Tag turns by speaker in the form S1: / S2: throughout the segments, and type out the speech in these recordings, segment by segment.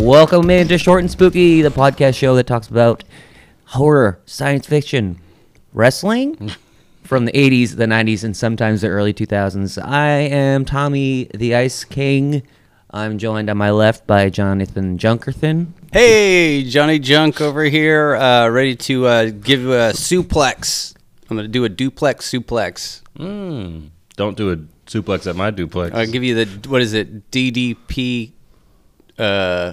S1: Welcome into Short and Spooky, the podcast show that talks about horror, science fiction, wrestling from the 80s, the 90s, and sometimes the early 2000s. I am Tommy the Ice King. I'm joined on my left by Jonathan Junkerthan.
S2: Hey, Johnny Junk over here, uh, ready to uh, give you a suplex. I'm going to do a duplex suplex.
S3: Don't do a suplex at my duplex.
S2: I'll give you the, what is it, DDP?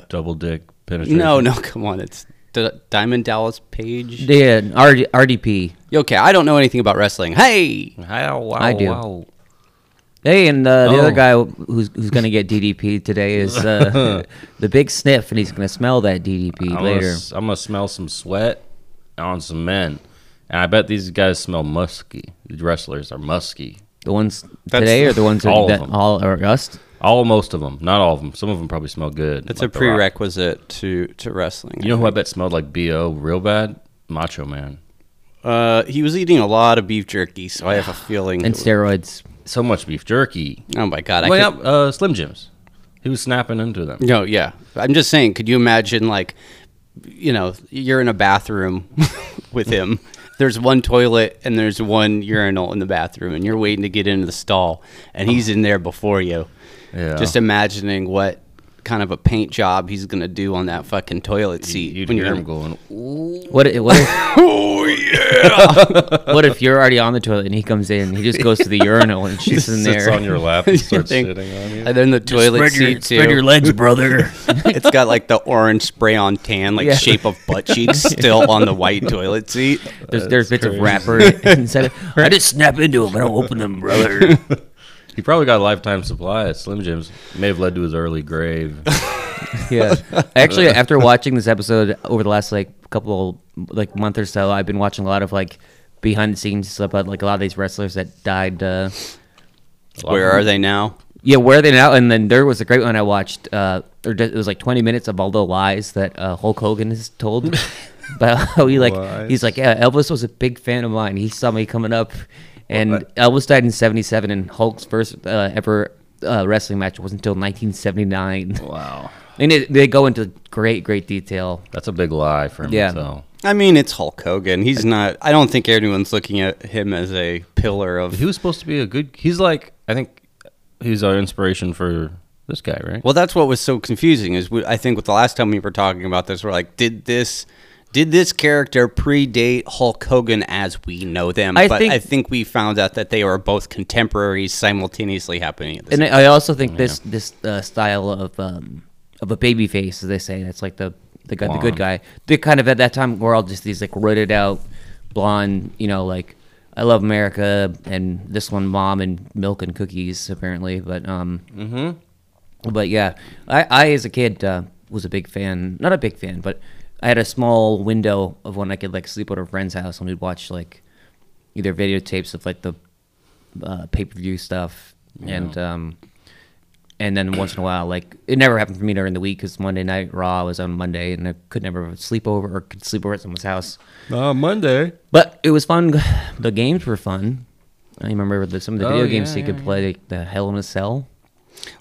S3: Double dick penetration.
S2: No, no, come on. It's D- Diamond Dallas Page.
S1: Yeah, RD- RDP.
S2: Okay, I don't know anything about wrestling. Hey!
S3: How, wow,
S1: I do.
S3: Wow.
S1: Hey, and uh, the
S3: Oh.
S1: other guy who's who's gonna get DDP today is uh, the big sniff, and he's gonna smell that DDP
S3: I'm
S1: later.
S3: Gonna, s- I'm gonna smell some sweat on some men, and I bet these guys smell musky. These wrestlers are musky.
S1: The ones
S2: That's-
S1: today are the ones that,
S3: all of
S1: that
S3: them.
S1: all are us.
S3: All most of them, not all of them. Some of them probably smell good.
S2: That's
S3: like
S2: a
S3: The Rock.
S2: prerequisite to, to wrestling.
S3: You know who I bet smelled like bo real bad? Macho Man.
S2: Uh, he was eating a lot of beef jerky, so I have a feeling.
S1: and steroids.
S3: So much beef jerky.
S2: oh my god! I
S3: Well,
S2: could, Mm.
S3: yeah, uh, Slim Jims. He was snapping into them.
S2: No, yeah. I'm just saying, could you imagine like you know, you're in a bathroom with him. There's one toilet and there's one urinal in the bathroom and you're waiting to get into the stall and he's in there before you.
S3: Yeah.
S2: Just imagining what kind of a paint job he's going to do on that fucking toilet seat
S3: You'd
S2: when
S3: hear
S2: you're
S3: him going.
S1: What if, what if,
S3: Oh,
S1: what if you're already on the toilet and he comes in? He just goes to the urinal and she's in
S3: Sits
S1: there.
S3: on your lap and starts
S2: think-
S3: sitting on you.
S2: and then the toilet seat too.
S1: legs, brother.
S2: it's got like the orange spray on tan, like
S1: Yeah.
S2: shape of butt cheeks, still on the white toilet seat.
S1: there's there's bits of wrapper inside. Of, I just snap into them. I don't open them, brother.
S3: He probably got a lifetime supply at Slim Jim's. May have led to his early grave.
S1: yeah. Actually, after watching this episode over the last like couple like month or so, I've been watching a lot of like behind the scenes stuff about like a lot of these wrestlers that died. Uh,
S2: Where are they now?
S1: yeah, where are they now? And then there was a great one I watched. Uh, or it was like 20 minutes of all the lies that uh, Hulk Hogan has told. But how he like he's like yeah, Elvis was a big fan of mine. He saw me coming up, and Elvis died in 77, and Hulk's first uh, ever uh, wrestling match was until 1979.
S3: Wow,
S1: And it, they go into great, great detail.
S3: that's a big lie for him
S1: Yeah.
S3: to tell.
S2: I mean, it's Hulk Hogan. He's not. I don't think anyone's looking at him as a pillar of.
S3: He was supposed to be a good. He's like I think he's our inspiration for this guy, right?
S2: Well, that's what was so confusing. Is we, I think with the last time we were talking about this, we're like, did this, did this character predate Hulk Hogan as we know them?
S1: I
S2: but
S1: think-
S2: I think we found out that they were both contemporaries, simultaneously happening at the
S1: And
S2: same.
S1: I I also think this this uh, style of um, of a baby face, as they say, that's like the the guy, the good guy. They kind of at that time were all just these like rooted out blonde, you know, like I love America and this one mom and milk and cookies apparently, but um, but yeah, I I as a kid uh, was a big fan, not a big fan, but I had a small window of when I could like sleep at a friend's house and we'd watch like either videotapes of like the uh, pay per view stuff, and um, and then once in a while, like it never happened for me during the week because Monday night Raw was on Monday, and I could never sleep over or could sleep over at someone's house.
S3: Uh, Monday.
S1: But it was fun. The games were fun. I remember the, some of the
S3: Oh,
S1: video games
S3: yeah,
S1: you could play, like the Hell in a Cell.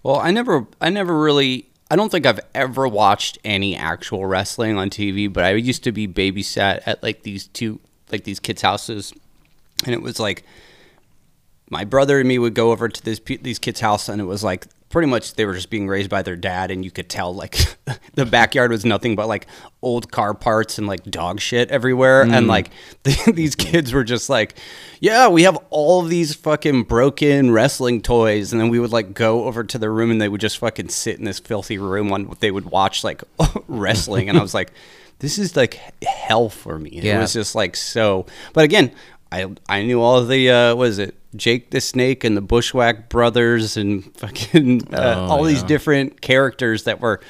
S2: Well, I never, I never really, I don't think I've ever watched any actual wrestling on TV, but I used to be babysat at like these two, like these kids' houses, and it was like my brother and me would go over to this pe- these kids' house, and it was like pretty much they were just being raised by their dad, and you could tell like the backyard was nothing but like old car parts and like dog shit everywhere, and like these kids were just like, yeah, we have all of these fucking broken wrestling toys, and then we would like go over to their room, and they would just fucking sit in this filthy room, and they would watch like wrestling, and I was like. This is like hell for me. It
S1: Yeah.
S2: was just like so. But again, I I knew all the uh, was it Jake the Snake and the Bushwhack Brothers and fucking uh, all these different characters that were,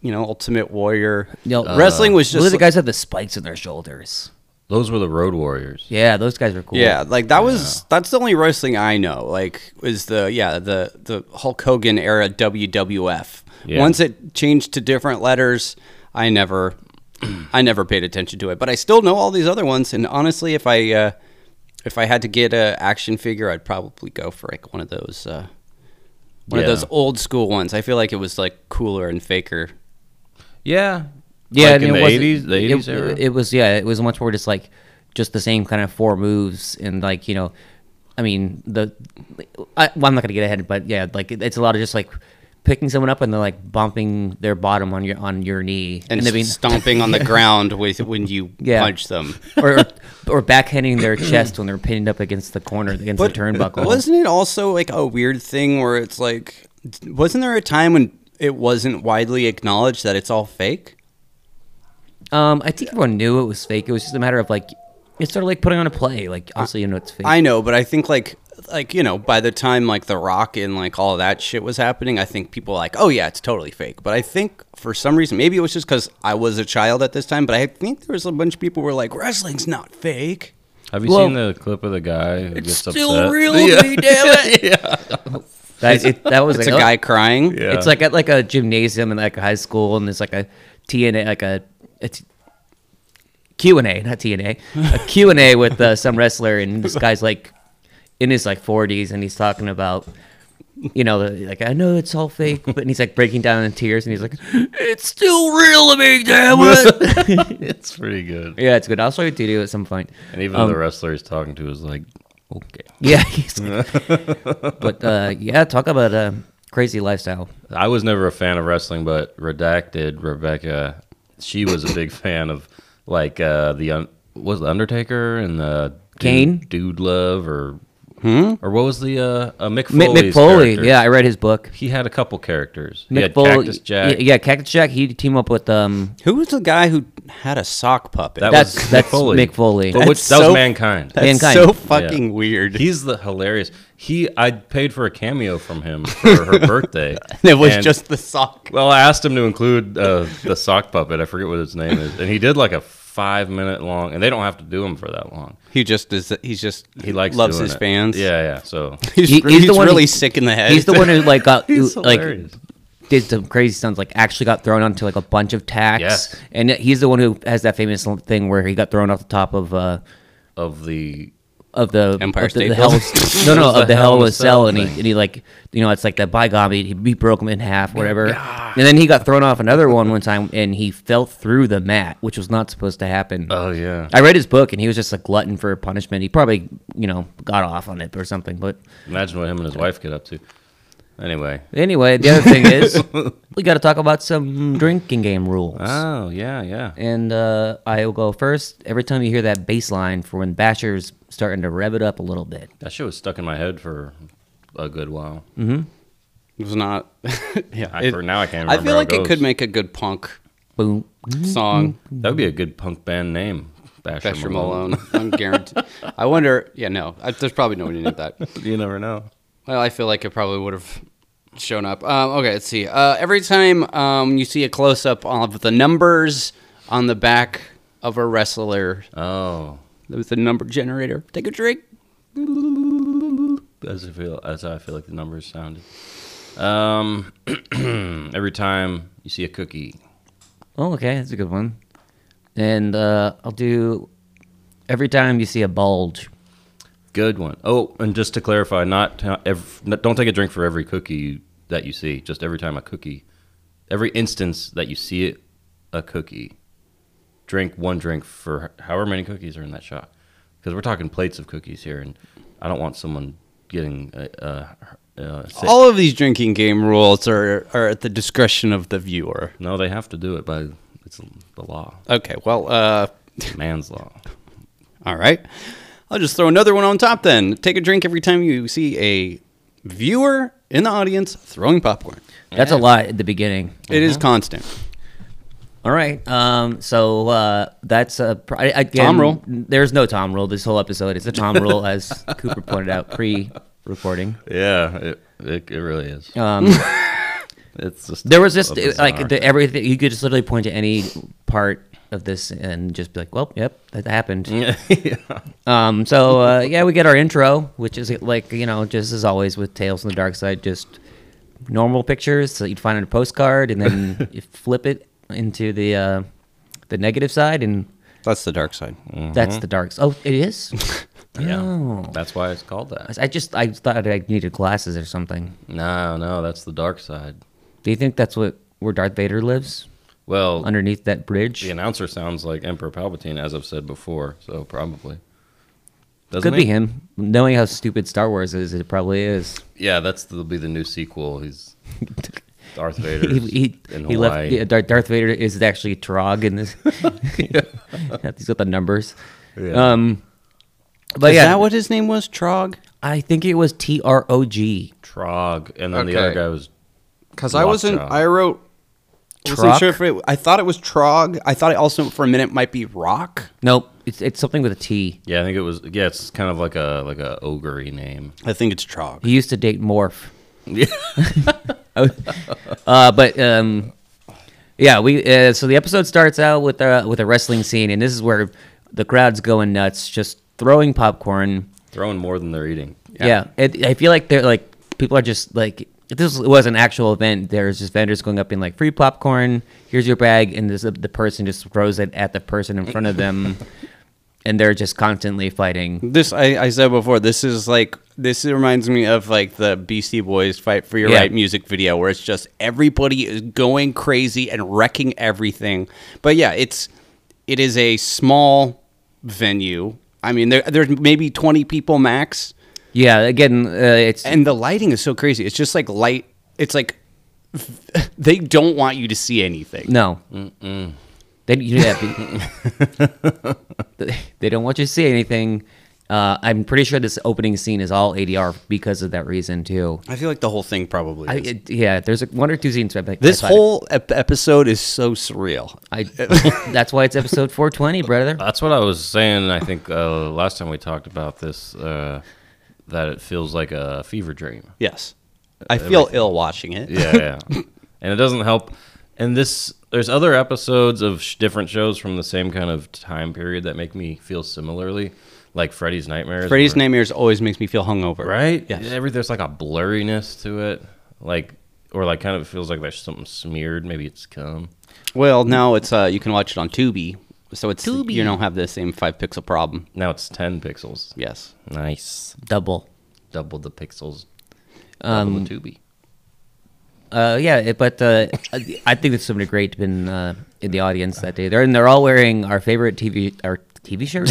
S2: you know, Ultimate Warrior.
S1: No,
S3: Uh,
S2: wrestling was
S1: Those
S2: just
S1: Uh, the guys had the spikes on their shoulders.
S3: Those were the Road Warriors.
S1: Yeah, those guys were cool.
S2: Yeah, like that was that's the only wrestling I know. Like is the yeah the the Hulk Hogan era WWF.
S3: Yeah.
S2: Once it changed to different letters, I never I never paid attention to it. But I still know all these other ones. And honestly, if I uh, if I had to get a action figure, I'd probably go for like one of those uh, one
S3: Yeah.
S2: of those old school ones. I feel like it was like cooler and faker.
S3: Yeah.
S1: Yeah,
S3: Like
S1: and
S3: in
S1: it
S3: the
S1: wasn't-
S3: eighties, the
S1: it-
S3: eighties
S1: it,
S3: era.
S1: was yeah, it was much more just like just the same kind of four moves and like you know, I mean the, I, well, I'm not gonna get ahead, but yeah, like it, it's a lot of just like picking someone up and then like bumping their bottom on your on your knee
S2: and
S1: then being-
S2: stomping on the ground with when you
S1: Yeah.
S2: punch them.
S1: or or- or backhanding their chest when they're pinned up against the corner against
S2: But
S1: the turnbuckle.
S2: Wasn't it also like a weird thing where it's like, wasn't there a time when it wasn't widely acknowledged that it's all fake?
S1: um, I think everyone knew it was fake. It was just a matter of like it's sort of like putting on a play. Like obviously you know it's fake.
S2: I know, but I think like like you know, by the time like The Rock and like all that shit was happening, I think people were like, oh yeah, it's totally fake. But I think for some reason, maybe it was just because I was a child at this time, but I think there was a bunch of people who were like, wrestling's not fake.
S3: Have you
S1: Well-
S3: seen the clip of the guy who gets
S2: Still
S3: upset?
S2: real to me, damn it.
S1: that, it, that was
S2: It's a
S1: like, oh,
S2: guy crying.
S3: Yeah.
S1: It's like at like a gymnasium and like a high school, and there's like a TNA, like a, a t- Q and A, not TNA, a Q and A with uh, some wrestler, and this guy's like in his like 40s, and he's talking about, you know, the- like I know it's all fake, but and he's like breaking down in tears, and he's like, it's still real to me, damn it.
S3: it's pretty good.
S1: yeah, it's good. I'll show you to do at some point.
S3: And even the wrestler he's talking to is like, okay.
S1: Yeah, he's but uh, yeah, talk about a crazy lifestyle.
S3: I was never a fan of wrestling, but redacted Rebecca, she was a big fan of like uh, the un- was the Undertaker and the Dude-
S1: Kane?
S3: Dude, Love or
S2: Hmm?
S3: or what was the uh, uh Mick
S1: Mick,
S3: Foley's
S1: Mick Foley,
S3: character.
S1: yeah, I read his book.
S3: He had a couple characters. he
S1: Mick
S3: had
S1: Foley-
S3: Cactus Jack.
S1: Yeah, yeah, Cactus Jack. He team up with um.
S2: Who was the guy who had a sock puppet?
S3: That
S1: That's
S3: was Oh, Mick
S1: that's
S3: Foley.
S1: Mick Foley.
S3: But which,
S2: That's
S3: that
S2: so-
S3: was mankind.
S2: That's
S1: Mankind.
S2: so fucking weird.
S3: He's the hilarious. He I paid for a cameo from him for her birthday.
S2: it was
S3: and-
S2: just the sock.
S3: Well, I asked him to include uh, the sock puppet. I forget what his name is, and he did like a five minute long, and they don't have to do him for that long.
S2: He just is. He's just.
S3: He likes
S2: loves
S3: doing
S2: his
S3: it.
S2: fans.
S3: Yeah, yeah. So
S2: He's,
S1: He-
S2: re-
S1: he's
S2: he's
S1: the one
S2: really
S1: who-
S2: sick in the head.
S1: He's the one who like got
S3: he's
S1: like
S3: hilarious.
S1: did some crazy stunts. Like actually got thrown onto like a bunch of tacks.
S3: Yes.
S1: And he's the one who has that famous thing where he got thrown off the top of uh
S3: of the
S1: of the
S2: Empire
S1: of the, the
S2: State
S1: hell,
S2: Building.
S1: no no
S3: It was
S1: of
S3: the
S1: the hell in a cell, and he
S3: thing.
S1: and he like you know it's like that by God he, he broke him in
S3: Oh
S1: half whatever. And then he got thrown off another one one time and he fell through the mat, which was not supposed to happen.
S3: oh yeah,
S1: I read his book and he was just a glutton for punishment. He probably, you know, got off on it or something. But
S3: imagine what him and his wife get up to. Anyway,
S1: anyway, the other thing is we got to talk about some drinking game rules.
S3: oh yeah, yeah.
S1: And uh, I will go first. Every time you hear that bass line for when Basher's starting to rev it up a little bit,
S3: That shit was stuck in my head for a good while.
S2: It was not. yeah,
S3: I, for now, I can't.
S2: I
S3: Remember
S2: feel
S3: how
S2: like it
S3: goes.
S2: could make a good punk
S1: boom.
S2: song.
S3: that would be a good punk band name. Basher,
S2: Basher
S3: Malone.
S2: Malone. I'm guaranteed. I wonder. Yeah, no. I, there's probably nobody named that.
S3: You never know.
S2: Well, I feel like it probably would have shown up. Um, okay, let's see. Uh, every time um, you see a close up of the numbers on the back of a wrestler
S3: Oh,
S2: with the number generator, take a drink.
S3: as I feel as I feel like the numbers sounded. Um, every time you see a cookie,
S1: Oh, okay, that's a good one. And uh, I'll do every time you see a bulge.
S3: good one. Oh, and just to clarify, not t- ev- n- don't take a drink for every cookie you, that you see. Just every time a cookie, every instance that you see it, a cookie, drink one drink for h- however many cookies are in that shot. Because we're talking plates of cookies here, and I don't want someone getting uh, uh, uh, sick.
S2: All of these drinking game rules are, are at the discretion of the viewer.
S3: no, they have to do it by it's the law,
S2: Okay, well, uh,
S3: man's law.
S2: all right. I'll just throw another one on top then. Take a drink every time you see a viewer in the audience throwing popcorn.
S1: That's a lot at the beginning.
S2: It is constant.
S1: All right. Um, so uh, that's a pr- I, again,
S2: Tom rule.
S1: There's no Tom rule. This whole episode is a Tom rule, as Cooper pointed out pre-recording.
S3: Yeah, it, it, it really is.
S1: Um,
S3: It's just
S1: there was just
S3: a
S1: uh, like
S3: bizarre
S1: the,
S3: thing.
S1: everything. You could just literally point to any part of this and just be like, "Well, yep, that happened."
S3: yeah.
S1: Um, so uh, yeah, we get our intro, which is like you know, just as always with Tales from the Dark Side, just normal pictures that you'd find on a postcard, and then you flip it into the uh, the negative side, and
S2: That's the dark side. Mm.
S1: that's
S2: Mm-hmm.
S1: the dark. s- Oh, it is.
S3: Yeah.
S1: Oh.
S3: That's why it's called that.
S1: I just I thought I needed glasses or something.
S3: No, no, that's the dark side.
S1: Do you think that's what where Darth Vader lives?
S3: Well,
S1: underneath that bridge.
S3: the announcer sounds like Emperor Palpatine, as I've said before, so probably. Doesn't
S1: Could
S3: he?
S1: be him. Knowing how stupid Star Wars is, it probably is.
S3: Yeah, that's that'll be the new sequel. He's Darth Vader.
S1: He, he,
S3: in
S1: he left.
S3: Hawaii.
S1: Yeah, Dar- Darth Vader is actually Trog in this. He's got the numbers.
S3: Yeah.
S1: Um, but
S2: Is
S1: yeah,
S2: that what his name was? Trog?
S1: I think it was T R O G.
S3: Trog, and then the
S2: Okay.
S3: other guy was
S2: Because I wasn't.
S3: Lockjaw.
S2: I wrote.
S1: Trock?
S2: Wasn't sure if it, I thought it was Trog. I thought it also for a minute might be Rock.
S1: Nope, it's it's something with a T.
S3: yeah, I think it was yeah. It's kind of like a like a ogre name.
S2: I think it's Trog.
S1: He used to date Morph. Oh. uh, but um, yeah, we uh, so the episode starts out with a with a wrestling scene, and this is where the crowd's going nuts, just throwing popcorn.
S3: Throwing more than they're eating.
S1: Yeah, It, I feel like they're like people are just like if this was an actual event, there's just vendors going up in like free popcorn. Here's your bag, and this, the person just throws it at the person in front of them, and they're just constantly fighting.
S2: This I, I said before. This is like this reminds me of like the Beastie Boys "Fight for Your
S1: Yeah.
S2: Right" music video, where it's just everybody is going crazy and wrecking everything. But yeah, it's it is a small venue. I mean, there there's maybe twenty people max,
S1: Yeah, again, uh, it's
S2: and the lighting is so crazy. It's just like light. It's like they don't want you to see anything.
S1: No. Mm-mm. They, yeah, they- they don't want you to see anything. Uh, I'm pretty sure this opening scene is all ADR because of that reason too.
S2: I feel like the whole thing probably.
S1: I,
S2: is.
S1: it, yeah, there's like one or two scenes. where I'm like,
S2: this
S1: I thought-
S2: whole ep- episode is so surreal.
S1: I, that's why it's episode 420, brother.
S3: That's what I was saying. I think uh, last time we talked about this, uh, that it feels like a fever dream.
S2: Yes, I feel ill watching it.
S3: Yeah, yeah. and it doesn't help. And this, there's other episodes of sh- different shows from the same kind of time period that make me feel similarly, like Freddy's Nightmares.
S2: Freddy's
S3: where-
S2: Nightmares always makes me feel hungover.
S3: right?
S2: Yes.
S3: Every there's like a blurriness to it, like or like kind of feels like there's something smeared. Maybe it's cum.
S2: Well, now it's uh, you can watch it on Tubi, so it's
S1: Tubi.
S2: you don't have the same five pixel problem.
S3: Now it's ten pixels.
S2: Yes.
S3: Nice,
S1: Double.
S3: double the pixels. Double the Tubi.
S1: Uh, yeah, it- but uh, I think there's somebody great been uh, in the audience that day. They're and they're all wearing our favorite TV our TV shirt,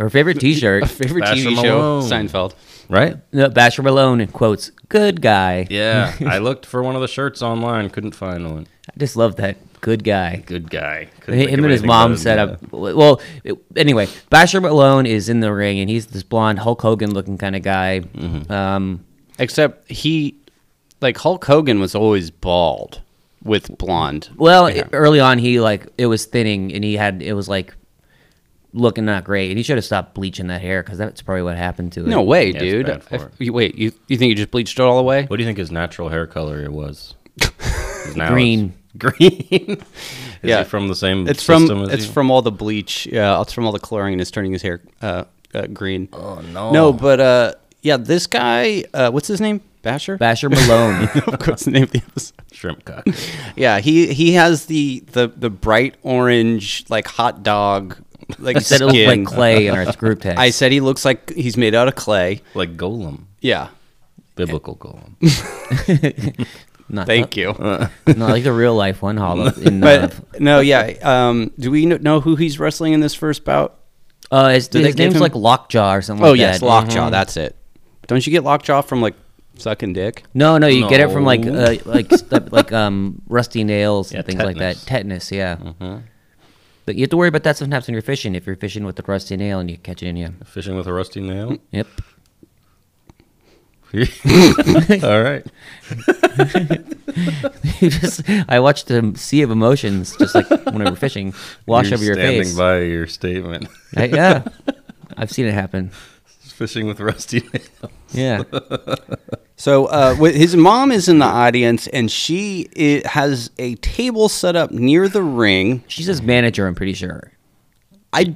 S1: our favorite T-shirt.
S2: Favorite
S3: Basher
S2: TV
S3: Malone.
S2: show Seinfeld.
S3: Right?
S1: No, Basher Malone quotes, "Good guy."
S3: Yeah. I looked for one of the shirts online, couldn't find one.
S1: I just love that good guy.
S3: Good guy. Couldn't think
S1: Him
S3: of
S1: and his
S3: anything
S1: mom
S3: better
S1: set
S3: than
S1: up. Well, it- anyway, Basher Malone is in the ring, and he's this blonde Hulk Hogan looking kind of guy.
S2: Mm-hmm.
S1: Um,
S2: Except he, like Hulk Hogan, was always bald with blonde.
S1: well,
S2: hair.
S1: early on, he like it was thinning, and he had it was like looking not great, and he should have stopped bleaching that hair because that's probably what happened to it.
S2: no way,
S3: Yeah, it's
S2: dude.
S3: bad for
S2: If-
S3: it.
S2: you- wait, you you think you just bleached it all away?
S3: What do you think his natural hair color was? 'Cause now
S1: Green.
S3: it's Green. Is
S2: Yeah.
S3: he from the same
S2: It's from
S3: system as
S2: it's
S3: you?
S2: from all the bleach. Yeah, it's from all the chlorine. Is turning his hair uh, uh, green.
S3: Oh, no.
S2: No, but uh, yeah, this guy. Uh, what's his name? Basher.
S1: Basher Malone.
S2: of course, the name of the episode.
S3: shrimp cock.
S2: Yeah, he he has the the the bright orange like hot dog like
S1: I said it looked
S2: skin.
S1: like clay in our group text.
S2: I said he looks like he's made out of clay.
S3: like golem.
S2: Yeah.
S3: Biblical golem.
S1: not,
S2: Thank you. uh.
S1: not, not like the real life one, hollow. In,
S2: but
S1: uh,
S2: no, yeah. Um, do we kn- know who he's wrestling in this first bout?
S1: uh, his,
S2: Did they
S1: his
S2: give
S1: name's
S2: him-
S1: like Lockjaw or something.
S2: Oh
S1: like
S2: yes,
S1: that.
S2: Lockjaw. That's it. Don't you get Lockjaw from like sucking dick?
S1: No, no, you get it from like
S3: No.
S1: uh, like st- like um rusty nails and
S3: Yeah,
S1: things like that.
S3: tetanus. Mm-hmm.
S1: Tetanus, yeah. But you have to worry about that sometimes when you're fishing. If you're fishing with a rusty nail and you catch it in you,
S3: Fishing with a rusty nail.
S1: yep.
S3: All right.
S1: you just I watched a sea of emotions, just like when we were fishing, wash
S3: You're
S1: over your
S3: standing
S1: face.
S3: by your statement.
S1: I- yeah, I've seen it happen.
S3: Fishing with rusty nail.
S1: Yeah,
S2: So uh, wi- his mom is in the audience, and she i has a table set up near the ring.
S1: she's his manager. I'm pretty sure.
S2: I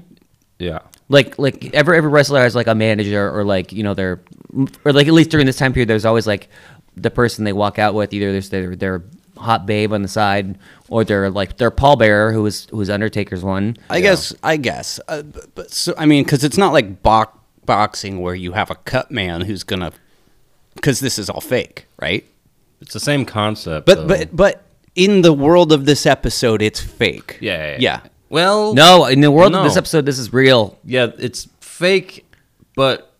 S3: Yeah.
S1: Like like every every wrestler has like a manager or like you know they're or like at least during this time period there's always like the person they walk out with either there's their their hot babe on the side or they're like their pallbearer who was who was Undertaker's one.
S2: I guess. I guess. Uh, but, but so I mean, because it's not like bo- boxing where you have a cut man who's gonna. Because this is all fake, right?
S3: It's the same concept.
S2: But
S3: though.
S2: but but in the world of this episode, it's fake.
S3: Yeah, yeah,
S2: yeah.
S3: Well,
S1: No, in the world of this
S3: No.
S1: episode, this is real.
S3: yeah, it's fake, but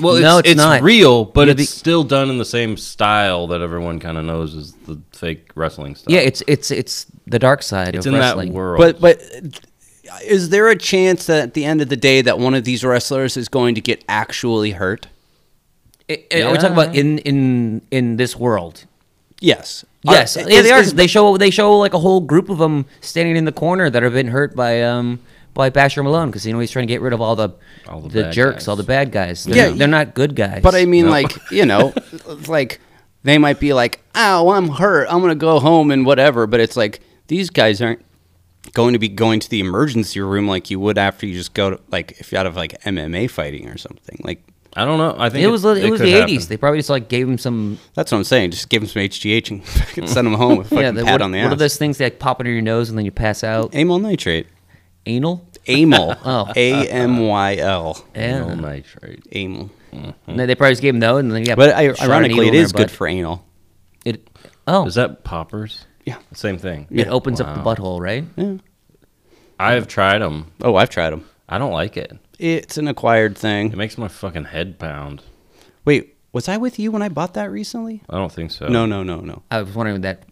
S3: well, it's,
S1: No,
S3: it's,
S1: it's not.
S3: real, but
S1: You're
S3: it's
S1: the-
S3: still done in the same style that everyone kind of knows is the fake wrestling style.
S1: Yeah, it's it's it's the dark side
S3: it's
S1: of
S3: in
S1: wrestling.
S3: that world.
S2: But but is there a chance that at the end of the day that one of these wrestlers is going to get actually hurt?
S1: It- it- Eh, Are we talking about in in in this world?
S2: Yes.
S1: Yes,
S2: Uh,
S1: yeah, they are.
S2: is- is-
S1: they show they show like a whole group of them standing in the corner that have been hurt by um by Basher Malone because you know he's trying to get rid of all the
S3: All the
S1: the,
S3: bad
S1: jerks,
S3: guys.
S1: all the bad guys. They're,
S2: Yeah.
S1: they're not good guys.
S2: But I mean, like you know, it's like they might be like, "Oh, I'm hurt. I'm gonna go home and whatever." But it's like these guys aren't going to be going to the emergency room like you would after you just go to like if you're out of like MMA fighting or something. Like
S3: I don't know. I think
S1: it was it, was
S3: could
S1: the
S3: happen.
S1: eighties. They probably just like gave him some
S2: that's what I'm saying. Just give them some HGH and fucking send them home with a fucking
S1: yeah. the-
S2: pat
S1: what,
S2: on the
S1: what are
S2: ass.
S1: those things that like, pop under your nose and then you pass out?
S2: Amyl nitrate.
S1: Anal.
S2: Amyl.
S1: Oh.
S2: A M Y L.
S1: Yeah.
S3: All nitrate.
S2: Amyl.
S1: And they probably just gave him those and then yeah.
S2: But
S1: shot an
S2: ironically,
S1: needle
S2: it
S1: in
S2: is
S1: their
S2: good
S1: butt.
S2: for anal.
S1: it. Oh,
S3: Is that poppers?
S2: Yeah.
S3: Same thing.
S1: it opens up the
S3: Wow.
S1: butthole, right?
S3: I've tried them.
S2: Oh, I've tried them.
S3: I don't like it.
S2: It's an acquired
S3: It
S2: thing.
S3: makes my fucking head pound.
S2: Wait, was I with you when I bought that recently?
S3: I don't think
S1: Oh.
S3: so.
S2: No, no, no, no.
S1: I was wondering where that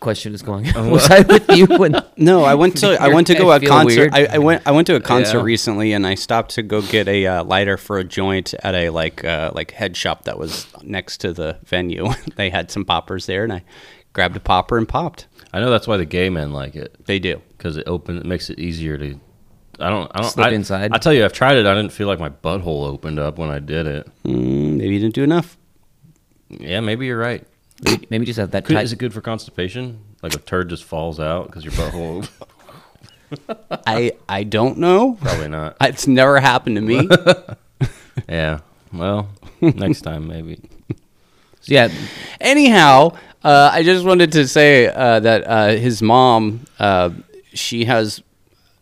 S1: question was going. was I with you when?
S2: No, I went to I went to go
S1: I
S2: a
S1: feel weird.
S2: concert. I, I went I went to a concert
S3: Yeah.
S2: recently, and I stopped to go get a uh, lighter for a joint at a like uh, like head shop that was next to the venue. they had some poppers there, and I grabbed a popper and popped.
S3: I know that's why the gay men like it
S2: They do.
S3: because it open. It makes it easier to. I don't. I don't.
S1: Slip
S3: I,
S1: inside.
S3: I tell you, I've tried it. I didn't feel like my butthole opened up when I did it.
S2: Mm, maybe you didn't do enough.
S3: Yeah, maybe you're right.
S1: Maybe just have that
S3: Could,
S1: tight.
S3: is it good for constipation? Like a turd just falls out because your butthole?
S2: I I don't know.
S3: Probably not.
S2: It's never happened to me.
S3: Yeah. Well, next time maybe.
S1: Yeah,
S2: Anyhow, uh, I just wanted to say uh, that uh, his mom, uh, she has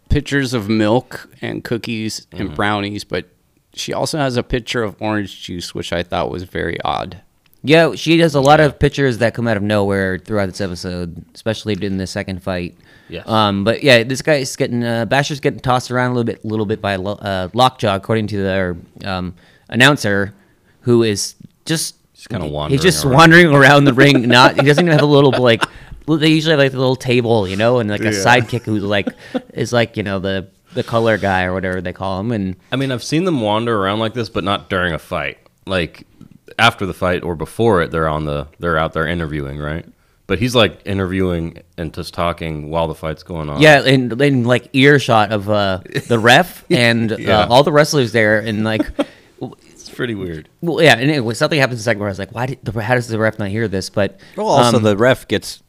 S2: pictures of milk and cookies and brownies, but she also has a picture of orange juice, which I thought was very odd.
S1: yeah. She does a lot of pictures that come out of nowhere throughout this episode, especially in the second fight.
S3: Yes.
S1: Um. But yeah, this guy is getting uh, Basher's getting tossed around a little bit, little bit by Lo- uh, Lockjaw, according to their um, announcer, who is just
S3: Just kinda
S1: He's just
S3: wandering around.
S1: wandering around the ring. Not he doesn't even have a little like. They usually have like the little table, you know, and like a sidekick who like is like you know the the color guy or whatever they call him, and
S3: I mean, I've seen them wander around like this, but not during a fight. Like after the fight or before it, they're on the they're out there interviewing, right? But he's like interviewing and just talking while the fight's going on.
S1: Yeah, and then like earshot of uh, the ref and
S3: Yeah.
S1: uh, all the wrestlers there, and like,
S3: it's pretty weird.
S1: well, yeah, and anyway, something happens in the second where I was like, why did the, how does the ref not hear this? But
S2: Well, also
S1: um,
S2: the ref gets.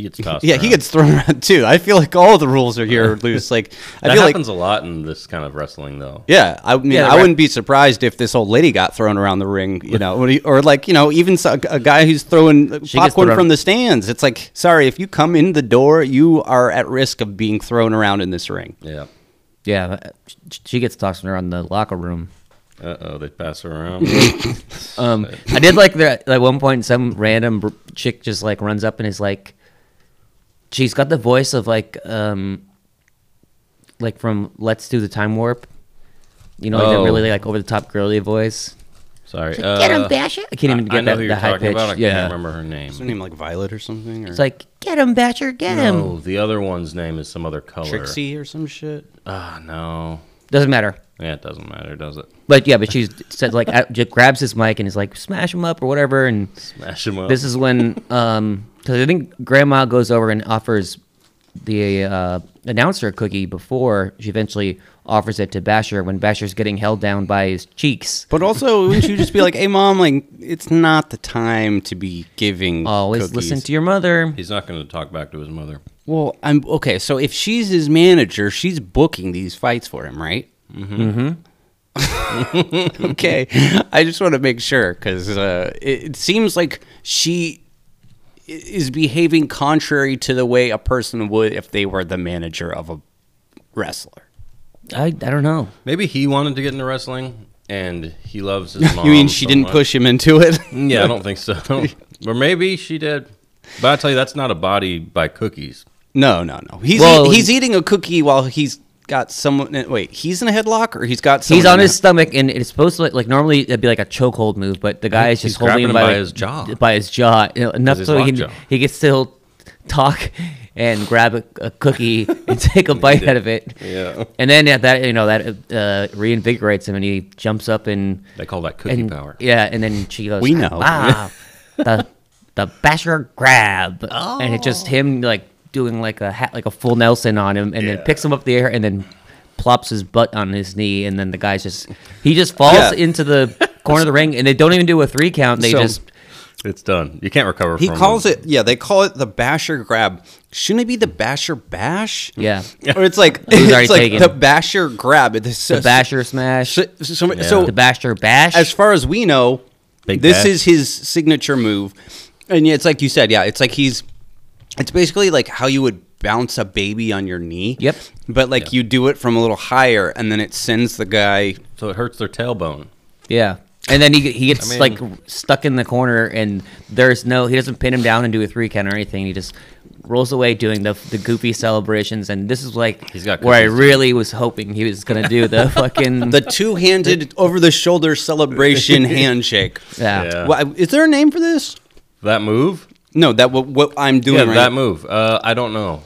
S3: gets tossed.
S2: Yeah, he
S3: around.
S2: gets thrown around too. I feel like all the rules are here loose. Like I
S3: That
S2: feel like
S3: happens a lot in this kind of wrestling, though.
S2: Yeah, I mean,
S1: Yeah,
S2: I
S1: right.
S2: wouldn't be surprised if this old lady got thrown around the ring, you know, or- or like you know, even so- a guy who's throwing
S1: She gets
S2: popcorn
S1: thrown-
S2: from the stands. It's like, sorry, if you come in the door, you are at risk of being thrown around in this ring.
S3: Yeah.
S1: yeah, sh- she gets tossed around the locker room.
S3: Uh oh, they pass her around.
S1: Um, I did like that at one point. Some random br- chick just like runs up and is like, she's got the voice of like, um, like from Let's Do the Time Warp. You know, like
S3: Oh.
S1: that really like over the top girly voice.
S3: Sorry.
S1: Get him,
S3: uh,
S1: Basher! I can't even
S3: I
S1: get
S3: know
S1: that,
S3: who
S1: the
S3: you're
S1: high
S3: talking
S1: pitch.
S3: about. I
S1: yeah,
S3: can't remember her name.
S2: Is her name like Violet or something, or
S1: It's like, get him, Basher, get him.
S3: No, the other one's name is some other color.
S2: Trixie or some shit?
S3: Ah, no.
S1: Doesn't matter.
S3: Yeah, it doesn't matter, does it?
S1: But yeah, but she's said like out- just grabs his mic and is like smash him up or whatever. And
S3: Smash him up.
S1: this is when um because I think Grandma goes over and offers the uh, announcer a cookie before she eventually offers it to Basher when Basher's getting held down by his cheeks.
S2: But also, wouldn't you just be like, "Hey, mom, like it's not the time to be giving."
S1: Always
S2: cookies.
S1: listen to your mother.
S3: He's not going to talk back to his mother.
S2: Well, I'm okay. So if she's his manager, she's booking these fights for him, right? Mm-hmm. okay, I just want to make sure because uh, it, it seems like she i- is behaving contrary to the way a person would if they were the manager of a wrestler.
S1: I I don't know.
S3: Maybe he wanted to get into wrestling and he loves his mom.
S1: Um,
S2: you mean she
S3: so
S2: didn't
S3: much.
S2: push him into it?
S3: Yeah, I don't think so. or maybe she did. But I tell you, that's not a body by cookies.
S2: No, no, no. He's
S1: Well-
S2: eat- he's eating a cookie while he's got someone. in- Wait, he's in a headlock or he's got someone
S1: He's on
S2: in a-
S1: his stomach, and it's supposed to like, like normally it'd be like a chokehold move, but the guy is
S3: he's
S1: just holding
S3: grabbing
S1: him
S3: him
S1: by,
S3: by
S1: the-
S3: his jaw.
S1: by his jaw you know, enough
S3: his
S1: so he can,
S3: lockjaw.
S1: he can still talk and grab a, a cookie and take a bite out of it.
S3: Yeah.
S1: and then at that you know that uh, reinvigorates him, and he jumps up and
S3: They call that cookie
S1: and
S3: power.
S1: yeah, and then she goes,
S2: We know.
S1: "Ah, the the basher grab," and it's just him like doing like a hat, like a full Nelson on him, and then picks him up the air, and then plops his butt on his knee, and then the guy's just he just falls
S2: Yeah.
S1: into the corner of the ring, and they don't even do a three count. They
S2: So-
S1: just
S3: It's done. You can't recover
S2: He
S3: from
S2: calls it, yeah, they call it the basher grab. Shouldn't it be the basher bash?
S1: yeah,
S2: Or it's like,
S1: was already
S2: it's like
S1: taken.
S2: the basher grab. It's so,
S1: the basher smash,
S2: So, so,
S3: Yeah.
S2: so
S1: the basher bash.
S2: as far as we know,
S3: Big
S2: this
S3: bash.
S2: is his signature move. And yeah, it's like you said, yeah, it's like he's, it's basically like how you would bounce a baby on your knee.
S1: Yep.
S2: But like you do it from a little higher and then it sends the guy
S3: So it hurts their tailbone.
S1: Yeah. And then he he gets
S3: mean-
S1: like stuck in the corner, and there's no he doesn't pin him down and do a three count or anything. He just rolls away doing the the goofy celebrations, and this is like
S3: He's got
S1: where I
S3: cookies.
S1: really was hoping he was gonna do the fucking
S2: the two-handed over-the-shoulder celebration handshake.
S1: yeah.
S3: Yeah.
S2: Why- is there a name for this?
S3: That move?
S2: No, that what, what I'm doing
S3: Yeah,
S2: right
S3: that move. Uh, I don't know.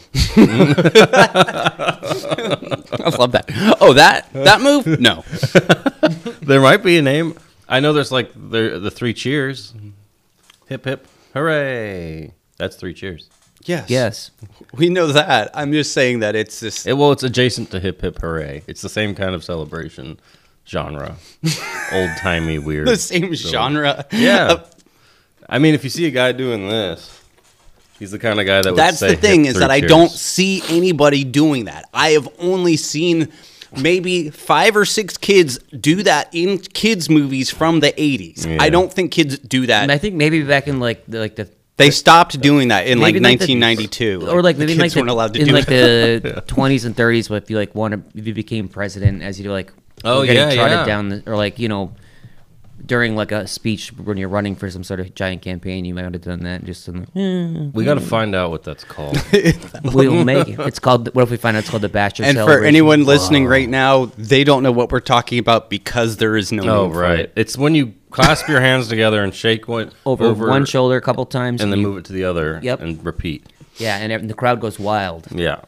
S2: I love that. Oh, that that move? No.
S3: there might be a name. I know there's like the, the three cheers. Hip hip. Hooray. That's three cheers.
S2: Yes.
S1: Yes.
S2: We know that. I'm just saying that it's this.
S3: It, well, it's adjacent to hip hip hooray. It's the same kind of celebration genre. Old timey weird.
S2: the same
S3: So-
S2: genre.
S3: Yeah.
S2: of-
S3: I mean, if you see a guy doing this, he's the kind of guy that would
S2: that's
S3: say
S2: the
S3: hip
S2: thing is
S3: three
S2: that I
S3: cheers.
S2: don't see anybody doing that. I have only seen maybe five or six kids do that in kids movies from the 80s.
S3: Yeah.
S2: I don't think kids do that.
S1: And I think maybe back in like the, like the
S2: they stopped doing that in like
S1: maybe the-
S2: 1992.
S1: or like
S2: the
S1: maybe in,
S2: kids
S1: like
S2: weren't
S1: the,
S2: allowed to
S1: in
S2: do
S1: like
S2: it.
S1: the twenties and thirties. But if you like want to, if you became president, as you do like
S3: Oh,
S1: you're getting
S3: yeah,
S1: trotted
S3: yeah.
S1: down, the, or like you know during like a speech when you're running for some sort of giant campaign, you might have done that. Just in the,
S3: We got to find out what that's called.
S1: we'll make it. It's called. What if we find out it's called the Bachelor?
S2: and for
S1: Celebration?
S2: anyone listening right now, they don't know what we're talking about because there is no.
S3: oh,
S2: name for
S3: right.
S2: it.
S3: It's when you clasp your hands together and shake one
S1: over, one shoulder a couple times,
S3: and then
S1: you-
S3: move it to the other
S1: Yep.
S3: and repeat.
S1: Yeah, and, ev- the crowd goes wild.
S3: Yeah.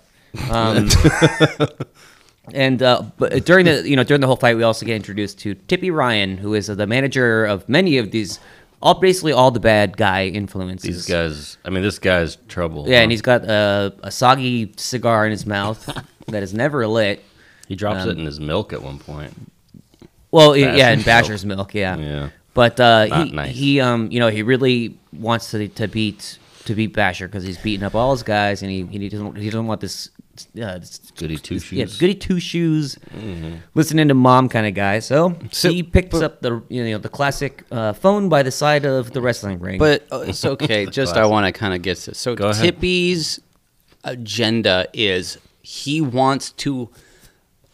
S1: And uh, but during the you know during the whole fight, we also get introduced to Tippy Ryan, who is the manager of many of these, all basically all the bad guy influences.
S3: These guys, I mean, this guy's trouble.
S1: Yeah, and he's got a, a soggy cigar in his mouth that is never lit.
S3: He drops
S1: um,
S3: it in his milk at one point.
S1: Well, i- yeah,
S3: Basher's
S1: in Basher's milk, yeah.
S3: Yeah.
S1: But uh, he
S3: Not nice.
S1: he um you know he really wants to to beat to beat Basher because he's beating up all his guys and he he doesn't he doesn't want this. Uh, this
S3: Goody two shoes. Mm-hmm.
S1: Yeah, goody two shoes, listening to mom kind of guy. So,
S2: So-
S1: he picks up the you know the classic uh, phone by the side of the wrestling ring.
S2: But uh, it's okay. Just I want to kind of get this. So
S3: Go ahead.
S2: Tippy's agenda is he wants to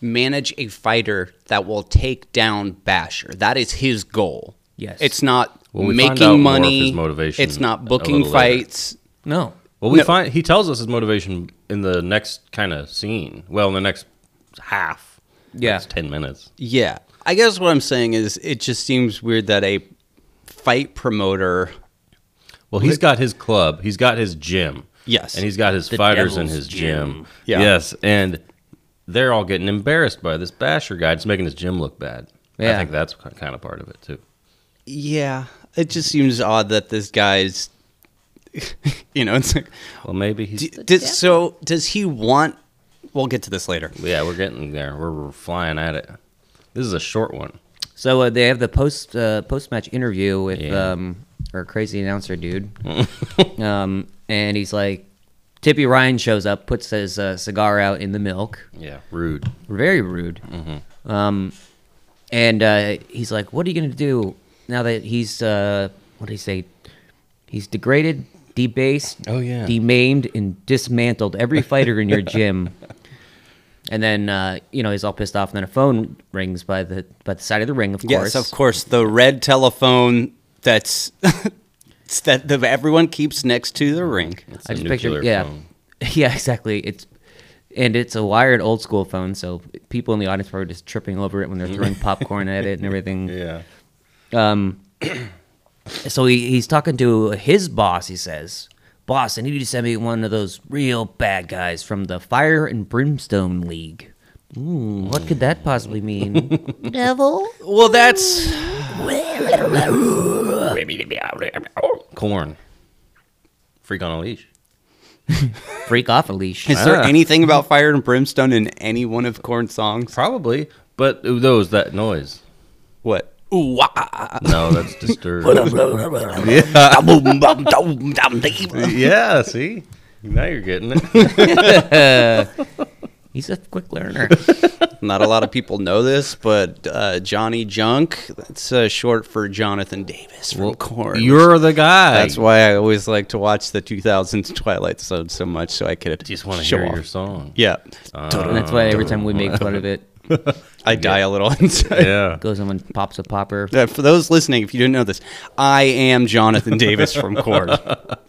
S2: manage a fighter that will take down Basher. That is his goal.
S1: Yes.
S2: It's not
S3: Well, we find out more
S2: making
S3: of
S2: money.
S3: his motivation
S2: It's not
S3: a
S2: booking
S3: little later.
S2: fights.
S1: no,
S3: Well, we
S2: No.
S3: find he tells us his motivation in the next kind of scene. Well, in the next half.
S1: Yeah.
S3: Next ten minutes.
S2: Yeah. I guess what I'm saying is it just seems weird that a fight promoter
S3: Well, he's got his club. He's got his gym.
S2: Yes.
S3: And he's got his fighters in
S1: Devil's
S3: his gym.
S1: Gym.
S2: Yeah.
S3: Yes, and they're all getting embarrassed by this basher guy. It's making his gym look bad. I
S1: Yeah.
S3: think that's kind of part of it too.
S2: Yeah, it just seems odd that this guy's you know, it's like
S3: Well, maybe he's.
S2: D- does, so does he want? We'll get to this later.
S3: yeah, we're getting there. We're, we're flying at it. This is a short one.
S1: So uh, they have the post uh, post match interview with
S3: Yeah.
S1: um, our crazy announcer dude, um, and he's like, Tippy Ryan shows up, puts his uh, cigar out in the milk,
S3: Yeah, rude.
S1: very rude,
S3: Mm-hmm.
S1: um, and uh, he's like, "What are you gonna do now that he's uh, what did he say? He's degraded, debased,
S3: Oh, yeah.
S1: demaimed, and dismantled every fighter in your gym." And then uh, you know he's all pissed off, and then a phone rings by the by the side of the ring, of
S2: Yes,
S1: course.
S2: of course. The red telephone that's It's that the, everyone keeps next to the ring.
S3: It's
S1: I
S3: a
S1: just picture,
S3: nuclear
S1: yeah,
S3: phone.
S1: yeah, exactly. It's and it's a wired old school phone, so people in the audience were just tripping over it when they're throwing popcorn at it and everything.
S3: Yeah.
S1: So he, he's talking to his boss. He says, "Boss, I need you to send me one of those real bad guys from the Fire and Brimstone League." Mm, what could that possibly mean? Devil?
S2: Well, that's
S3: Corn. Freak on a leash.
S1: Freak off a leash.
S2: is there
S3: Ah.
S2: anything about fire and brimstone in any one of Korn's songs?
S3: Probably, but those that noise.
S2: What? Ooh, wah, ah,
S3: No, that's disturbed. yeah.
S2: ah, boom, bum, dum, dum, dee.
S3: yeah. See, now you're getting it.
S1: He's a quick learner.
S2: Not a lot of people know this, but uh, Johnny Junk, that's uh, short for Jonathan Davis from Korn.
S3: You're the guy.
S2: That's why I always like to watch the 2000s Twilight Zone so much, so I could
S3: Just want to
S2: show
S3: hear
S2: off.
S3: your song. Uh,
S2: Yeah,
S1: and that's why every time we make fun of it,
S2: I die a little inside.
S3: Yeah.
S1: goes on and pops a popper.
S2: Uh, for those listening, if you didn't know this, I am Jonathan Davis from Korn.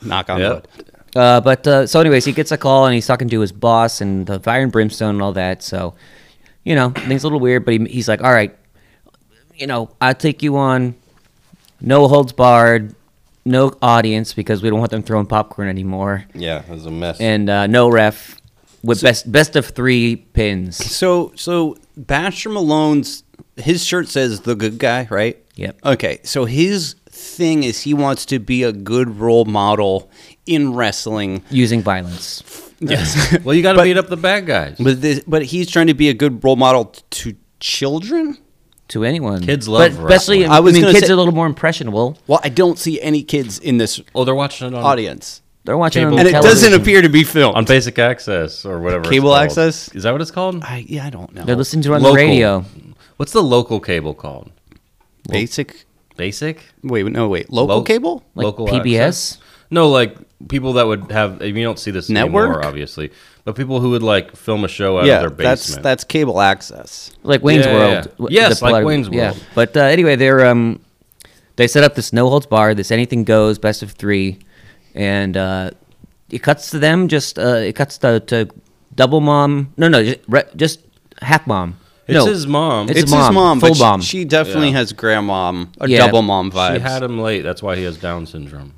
S2: Knock on
S3: Yep.
S2: wood.
S1: Uh, but uh, so, anyways, he gets a call and he's talking to his boss and the fire and brimstone and all that. So, you know, things a little weird, but he, he's like, "All right, you know, I'll take you on. No holds barred, no audience because we don't want them throwing popcorn anymore,
S3: Yeah. It was a mess.
S1: and uh, no ref with best best of three pins."
S2: So, so Baxter Malone's his shirt says the good guy, right?
S1: Yep.
S2: Okay, so his thing is he wants to be a good role model in wrestling.
S1: Using violence.
S2: Yes,
S3: well, you got to
S2: But-
S3: beat up the bad guys.
S2: but this, but he's trying to be a good role model to children.
S1: to anyone.
S3: Kids love
S1: but especially
S3: wrestling.
S1: I,
S2: I was
S1: mean,
S2: gonna
S1: kids
S2: say-
S1: are a little more impressionable.
S2: Well, I don't see any kids in this
S3: oh, they're watching it on
S2: audience,
S1: They're watching
S3: Cable.
S1: on
S2: and it
S1: television.
S2: doesn't appear to be filmed.
S3: on basic access or whatever. it's
S2: Cable
S3: called.
S2: access?
S3: Is that what it's called?
S2: I, yeah, I don't know.
S1: They're listening to it on
S3: Local.
S1: the radio.
S3: What's the local cable called?
S2: Basic.
S3: Basic.
S2: Wait, no, wait. Local
S3: Lo-
S2: cable?
S1: Like
S3: Local
S1: PBS?
S3: access? No, like people that would have. You don't see this
S2: Network?
S3: anymore, obviously. But people who would like film a show out
S2: yeah,
S3: of their
S2: that's
S3: basement.
S2: that's cable access.
S1: like Wayne's
S3: Yeah, yeah,
S1: World.
S3: yeah.
S1: W-
S3: Yes,
S1: the
S3: like
S1: plot-
S3: Wayne's World.
S1: But uh, anyway, they're um, they set up this no holds bar, this anything goes, best of three, and uh, it cuts to them. Just uh, it cuts to, to double mom. No, no, just, re- just half mom.
S3: It's
S1: no,
S3: his mom.
S1: It's,
S2: It's,
S1: his mom.
S2: his mom,
S1: full
S2: but she-
S1: mom.
S2: She, definitely
S3: Yeah.
S2: has grandmom, a
S1: Yeah.
S2: double mom
S3: she
S2: vibes.
S3: had him late. That's why he has Down syndrome.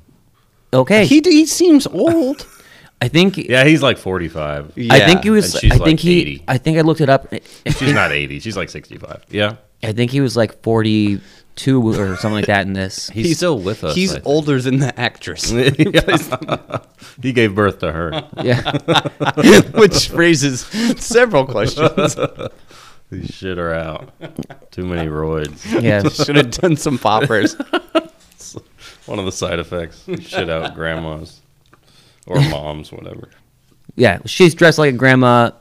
S1: okay,
S2: he, he seems old.
S1: I think.
S3: Yeah, he's like 45.
S1: I think he
S2: Yeah,
S1: was.
S3: and she's
S1: I think
S3: like
S1: he.
S3: 80.
S1: I think I looked it up. I
S3: She's
S1: think,
S3: not 80. She's like 65. Yeah.
S1: I think he was like forty-two or something like that in this.
S3: He's, still with us.
S2: He's
S3: I think.
S2: older than the actress,
S3: He gave birth to her.
S1: Yeah.
S2: which raises several questions.
S3: These shit are out. Too many roids.
S1: Yeah.
S2: Should have done some poppers.
S3: One of the side effects. Shit out grandmas or moms, whatever.
S1: Yeah, she's dressed like a grandma,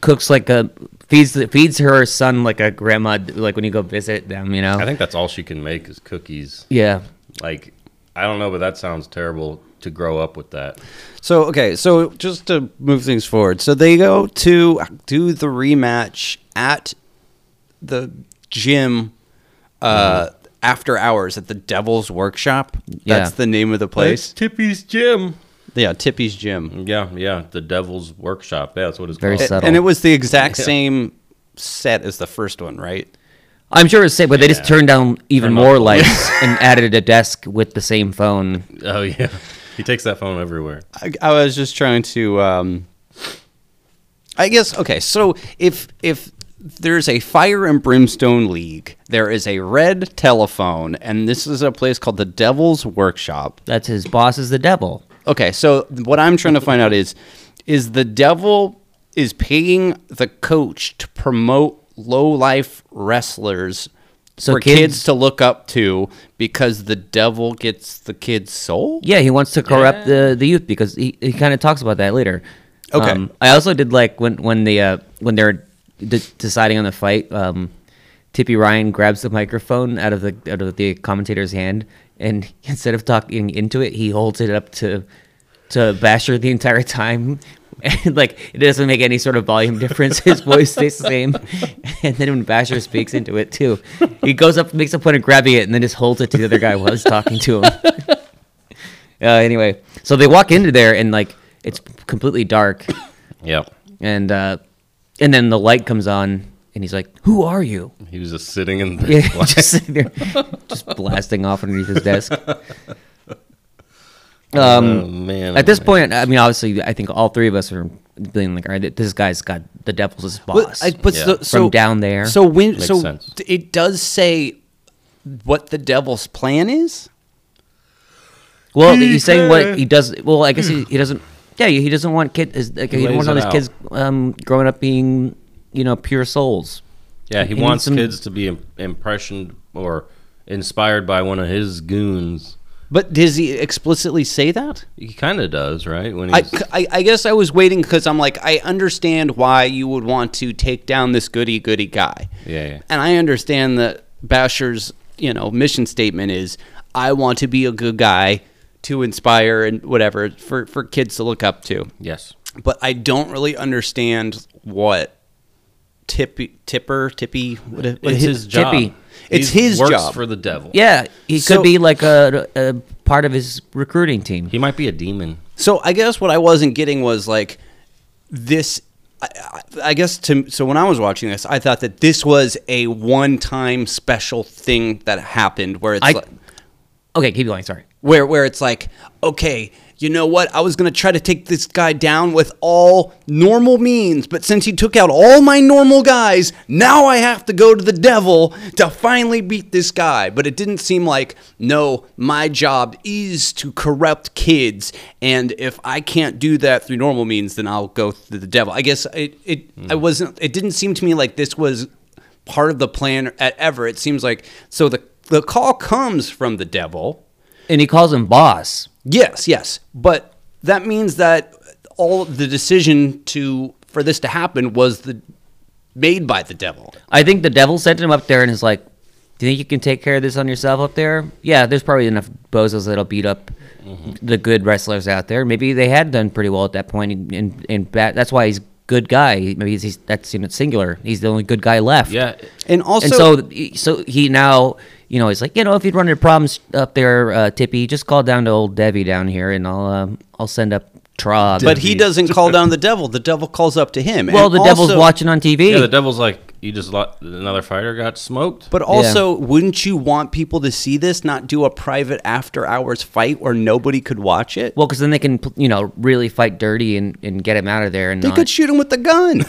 S1: cooks like a feeds feeds her son like a grandma like when you go visit them, you know.
S3: I think that's all she can make is cookies.
S1: yeah.
S3: Like, I don't know, but that sounds terrible to grow up with that.
S2: So okay, so just to move things forward, so they go to do the rematch at the gym uh, after hours at the Devil's Workshop.
S1: Yeah.
S2: That's the name of the place.
S3: Tippy's Gym.
S2: Yeah, Tippy's Gym.
S3: Yeah, yeah. The Devil's Workshop. Yeah, that's what it's
S1: Very
S3: called.
S1: sad. Subtle.
S2: And it was the exact
S3: Yeah.
S2: same set as the first one, right?
S1: I'm sure it's safe, but they just
S3: Yeah.
S1: turned down even
S3: Turned
S1: more
S3: off-
S1: lights and added a desk with the same phone.
S3: Oh, yeah. He takes that phone everywhere.
S2: I, I was just trying to. Um, I guess okay. So if if there's a fire and brimstone league, there is a red telephone, and this is a place called the Devil's Workshop.
S1: That's his boss is the devil.
S2: Okay, so what I'm trying to find out is is the devil is paying the coach to promote low life wrestlers
S1: So
S2: for
S1: kids-
S2: kids, to look up to because the devil gets the kid's soul.
S1: Yeah, he wants to corrupt the, the youth because he, he kind of talks about that later. Um,
S2: Okay.
S1: I also did like when when the uh, when they're de- deciding on the fight. Um, Tippy Ryan grabs the microphone out of the out of the commentator's hand, and instead of talking into it, he holds it up to to Basher the entire time. And like it doesn't make any sort of volume difference. His voice stays the same. And then when Basher speaks into it too, he goes up, makes a point of grabbing it, and then just holds it to the other guy while he's talking to him. Uh, anyway, so they walk into there and like it's completely dark,
S3: Yeah.
S1: and uh, and then the light comes on, and he's like, "Who are you?"
S3: He was just sitting in the
S1: Yeah, just sitting there, just blasting off underneath his desk.
S3: Oh,
S1: Um,
S3: man.
S1: at this point, I mean, obviously, I think all three of us are being like, "All right, this guy's got the devil's his boss."
S2: But, I- but
S3: Yeah.
S2: so,
S3: From
S2: so-
S1: down there.
S2: So when
S3: Makes
S2: so
S3: sense.
S2: d- it does say what the devil's plan is.
S1: Well, he's saying what he does. Well, I guess he, he doesn't. Yeah, he doesn't want kid. Is, like, he, doesn't
S3: lays
S1: want all
S3: it
S1: these kids um, growing up being, you know, pure souls.
S3: Yeah, he
S1: He needs
S3: wants
S1: some-
S3: kids to be im- impressioned or inspired by one of his goons.
S2: But does he explicitly say that?
S3: He kind of does, right? When
S2: I,
S3: he's
S2: I, I guess I was waiting because I'm like I understand why you would want to take down this goody goody guy.
S3: Yeah, yeah.
S2: And I understand that Basher's you know mission statement is I want to be a good guy to inspire and whatever for for kids to look up to.
S3: yes,
S2: but I don't really understand what Tippy Tipper Tippy. What, what
S3: it's his job.
S1: Tippy.
S2: It's
S3: He
S2: his
S3: works
S2: job.
S3: for the devil.
S1: Yeah, he
S2: So-
S1: could be like a, a part of his recruiting team.
S3: he might be a demon.
S2: So I guess what I wasn't getting was like this. I, I- I guess to so when I was watching this, I thought that this was a one-time special thing that happened where it's
S1: I-
S2: like,
S1: Okay, keep going. Sorry.
S2: where where it's like okay. You know what? I was going to try to take this guy down with all normal means, but since he took out all my normal guys, now I have to go to the devil to finally beat this guy. But it didn't seem like, no, my job is to corrupt kids, and if I can't do that through normal means, then I'll go to the devil. I guess it it I wasn't it didn't seem to me like this was part of the plan at ever. It seems like so the the call comes from the devil.
S1: And he calls him boss.
S2: Yes, yes, but that means that all the decision to for this to happen was the made by the devil.
S1: I think the devil sent him up there and is like, "Do you think you can take care of this on yourself up there?" Yeah, there's probably enough bozos that'll beat up the good wrestlers out there. Maybe they had done pretty well at that point, and and, and bat, that's why he's good guy. Maybe he's, he's that's you know, singular. He's the only good guy left.
S3: Yeah,
S2: And also,
S1: and so th- so he now you know he's like you know if you'd run into problems up there, uh, Tippy, just call down to old Debbie down here, and I'll um, I'll send up Trog.
S2: but he doesn't call down the devil. The devil calls up to him.
S1: well,
S2: And
S1: the devil's
S2: also-
S1: watching on TV.
S3: yeah. The devil's like he just lo- another fighter got smoked.
S2: But also, wouldn't you want people to see this? Not do a private after-hours fight where nobody could watch it.
S1: well, because then they can pl- you know really fight dirty and, and get him out of there and
S2: they
S1: not,
S2: could shoot him with the gun.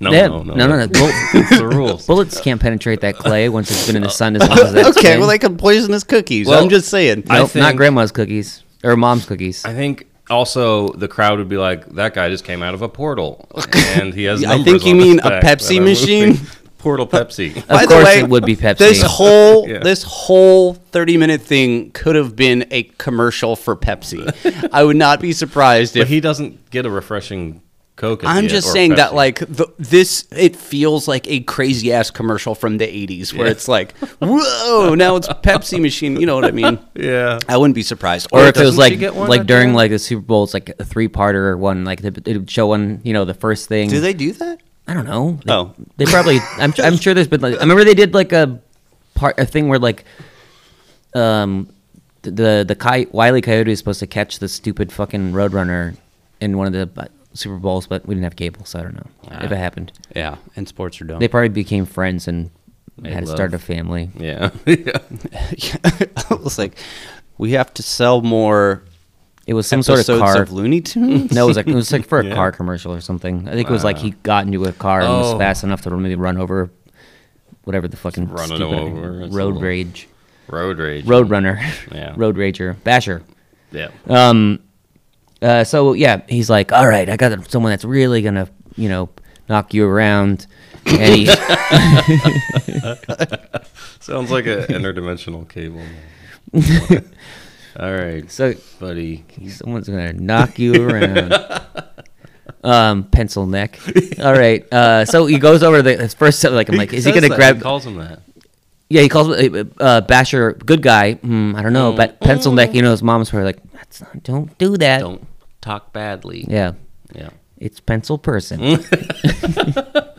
S3: no,
S1: Yeah,
S3: no, no,
S1: no, no, no. Bull-
S3: It's the rules. Uh,
S1: bullets can't penetrate that clay once it's been in the sun as long as that's
S2: okay,
S1: been.
S2: well, they could poison his cookies.
S3: Well,
S2: I'm just saying.
S3: I
S1: Nope, not
S3: think-
S1: grandma's cookies or mom's cookies.
S3: I think also the crowd would be like, "That guy just came out of a portal, and he has."
S2: Yeah, I
S3: numbers
S2: think you
S3: on his
S2: mean a
S3: back
S2: Pepsi
S3: that are
S2: machine?
S3: moving." Portal Pepsi.
S1: of course, it would be Pepsi.
S2: This whole
S3: Yeah.
S2: this whole 30 minute thing could have been a commercial for Pepsi. I would not be surprised
S3: but
S2: if
S3: he doesn't get a refreshing Coke. At the
S2: I'm
S3: end,
S2: just
S3: or
S2: saying that
S3: Pepsi.
S2: like the, this it feels like a crazy ass commercial from the 80s where it's like whoa, now it's Pepsi machine, you know what I mean?
S3: yeah,
S2: I wouldn't be surprised.
S1: or if it was
S3: doesn't she
S1: like
S3: get one
S1: like
S3: up
S1: during
S3: there?
S1: like the Super Bowl, it's like a three parter or one like they, they would show one. You know, the first thing.
S2: do they do that?
S1: I don't know. They,
S2: Oh.
S1: they probably. I'm I'm sure there's been like I remember they did like a part a thing where like um the the coy- Wiley Coyote is supposed to catch the stupid fucking Roadrunner in one of the uh, Super Bowls, but we didn't have cable, so I don't know
S3: Ah.
S1: if it happened.
S2: Yeah, and sports are dumb.
S1: They probably became friends and had to
S3: love.
S1: start a family.
S3: yeah, yeah.
S2: I was like we have to sell more
S1: It was some sort
S2: episodes
S1: of car.
S2: of Looney Tunes.
S1: no, it was like it was like for a
S3: Yeah.
S1: car commercial or something. I think it was like he got into a car and was
S3: Oh.
S1: fast enough to maybe run over whatever the fucking
S3: running
S1: stupid
S3: him over. It's a
S1: road
S3: little-
S1: rage,
S3: Road rage.
S1: road runner,
S3: Yeah.
S1: road rager, basher.
S3: Yeah.
S1: Uh, so yeah, he's like, all right, I got someone that's really gonna, you know, knock you around. And he,
S3: Sounds like an interdimensional cable. All right,
S1: so
S3: buddy.
S1: someone's gonna knock you around. um, pencil neck. All right. Uh, so he goes over the his first. Like I'm like, is he
S3: says
S1: gonna
S3: that.
S1: grab?
S3: He calls him that.
S1: Yeah, he calls uh, uh, Basher good guy. Mm, I don't know, but pencil neck. You know, his mom's probably like, That's not, "Don't do that."
S3: Mm-hmm. Don't talk badly.
S1: Yeah,
S3: Yeah.
S1: it's pencil person.
S3: Mm.